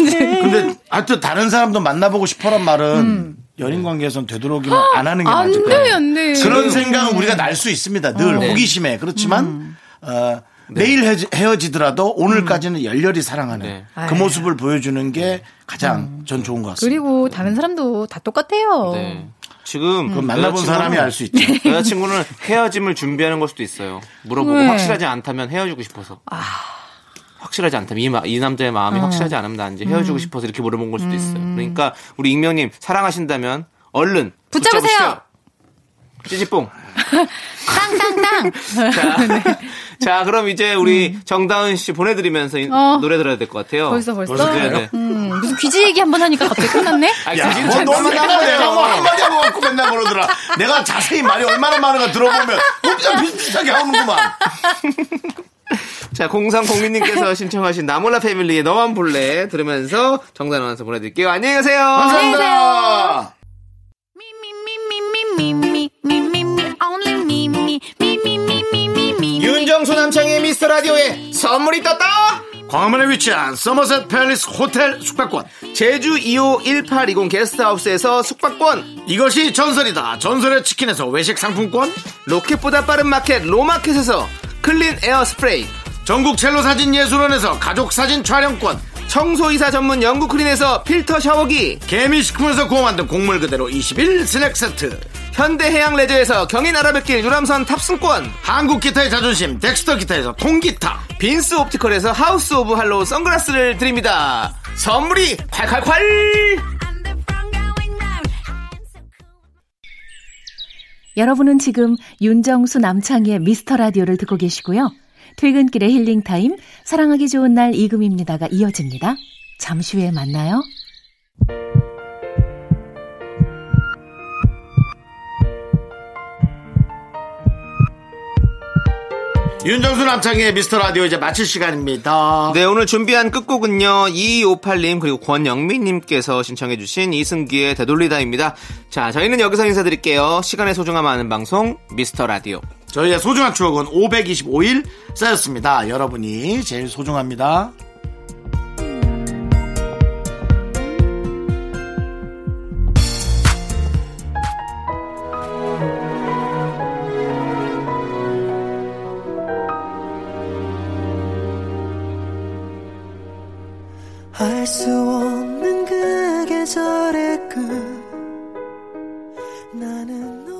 S1: 근데 하여튼 다른 사람도 만나보고 싶어란 말은 연인 관계에선 되도록이면 안 하는 게
S6: 음. 안
S1: 맞을
S6: 돼,
S1: 거예요.
S6: 안 돼. 음.
S1: 그런 생각은 우리가 날 수 있습니다. 늘
S2: 네.
S1: 호기심에. 그렇지만
S6: 음.
S1: 어, 내일 헤어지- 헤어지더라도 오늘까지는
S6: 음.
S1: 열렬히 사랑하는
S2: 네.
S6: 아, 예.
S1: 그 모습을 보여주는
S6: 네.
S1: 게 가장
S6: 음.
S1: 전 좋은 것 같습니다.
S6: <laughs> 그리고 다른 사람도 다 똑같아요.
S2: 네. 지금
S1: 그건 만나본
S2: 여자친구는-
S1: 사람이 알 수 있죠.
S2: <laughs> 여자친구는 헤어짐을 준비하는 걸 수도 있어요. 물어보고
S6: 네. 아.
S2: 확실하지 않다면 헤어지고 싶어서. 확실하지 않다면 이, 마- 이 남자의 마음이 확실하지 않으면 나 이제
S6: 음.
S2: 헤어지고 싶어서 이렇게 물어본 걸 수도 있어요. 그러니까 우리 익명님 사랑하신다면 얼른
S6: 붙잡으세요.
S2: 붙잡으시죠. 찌찌뽕.
S6: 땅땅땅.
S2: 자, <laughs> 자 그럼 이제 우리 정다은 씨 보내드리면서 이-
S6: 어.
S2: 노래 들어야 될 것 같아요.
S6: 벌써 벌써.
S1: 벌써
S2: 네, 네.
S6: 음, 무슨 귀지 얘기 한 번 하니까 갑자기 끝났네.
S2: 아니,
S1: 야,
S2: 사실은
S1: 뭐
S2: 잘
S1: 너무
S2: 모르겠어요.
S1: 난감해. 뭐 한마디 하고 갖고 맨날 그러더라. 내가 자세히 말이 얼마나 많은가 들어보면 혼자 비슷비슷하게 하는구만.
S2: 자, 0302님께서 신청하신 나몰라 패밀리의 너만 볼래 들으면서 정단 아나운서 보내드릴게요. 안녕히 가세요.
S1: 감사합니다.
S4: Me, me, me, me, me, me, me, me, me, me, only me, me, me, me, me, me, me, me, me.
S2: 윤정수 남창의 미스터 라디오에 선물이 떴다!
S1: 광화문에 위치한 서머셋 팰리스 호텔 숙박권.
S2: 제주 2호 1820 게스트하우스에서 숙박권,
S1: 이것이 전설이다. 전설의 치킨에서 외식 상품권.
S2: 로켓보다 빠른 마켓 로마켓에서 클린 에어 스프레이,
S1: 전국 첼로 사진 예술원에서 가족 사진 촬영권.
S2: 청소이사 전문 영국 크린에서 필터 샤워기,
S1: 개미식품에서 구워 만든 곡물 그대로 21 스낵 세트.
S2: 현대해양 레저에서 경인 아라뱃길 유람선 탑승권,
S1: 한국 기타의 자존심 덱스터 기타에서 통기타.
S2: 빈스 옵티컬에서 하우스 오브 할로우 선글라스를 드립니다. 선물이 콸콸콸!
S4: I'm the front going round. I am so cool.
S8: 여러분은 지금 윤정수 남창희의 미스터 라디오를 듣고 계시고요. 퇴근길의 힐링 타임, 사랑하기 좋은 날 이금입니다가 이어집니다. 잠시 후에 만나요.
S1: 윤정수 남창의 미스터 라디오 이제 마칠 시간입니다.
S2: 네, 오늘 준비한 끝곡은요. 2258님 그리고 권영민님께서 신청해 주신 이승기의 되돌리다입니다. 자, 저희는 여기서 인사드릴게요. 시간의 소중함 아는 방송 미스터 라디오.
S1: 저희의 소중한 추억은 525일 쌓였습니다. 여러분이 제일 소중합니다.
S5: 알 수
S3: 그 나는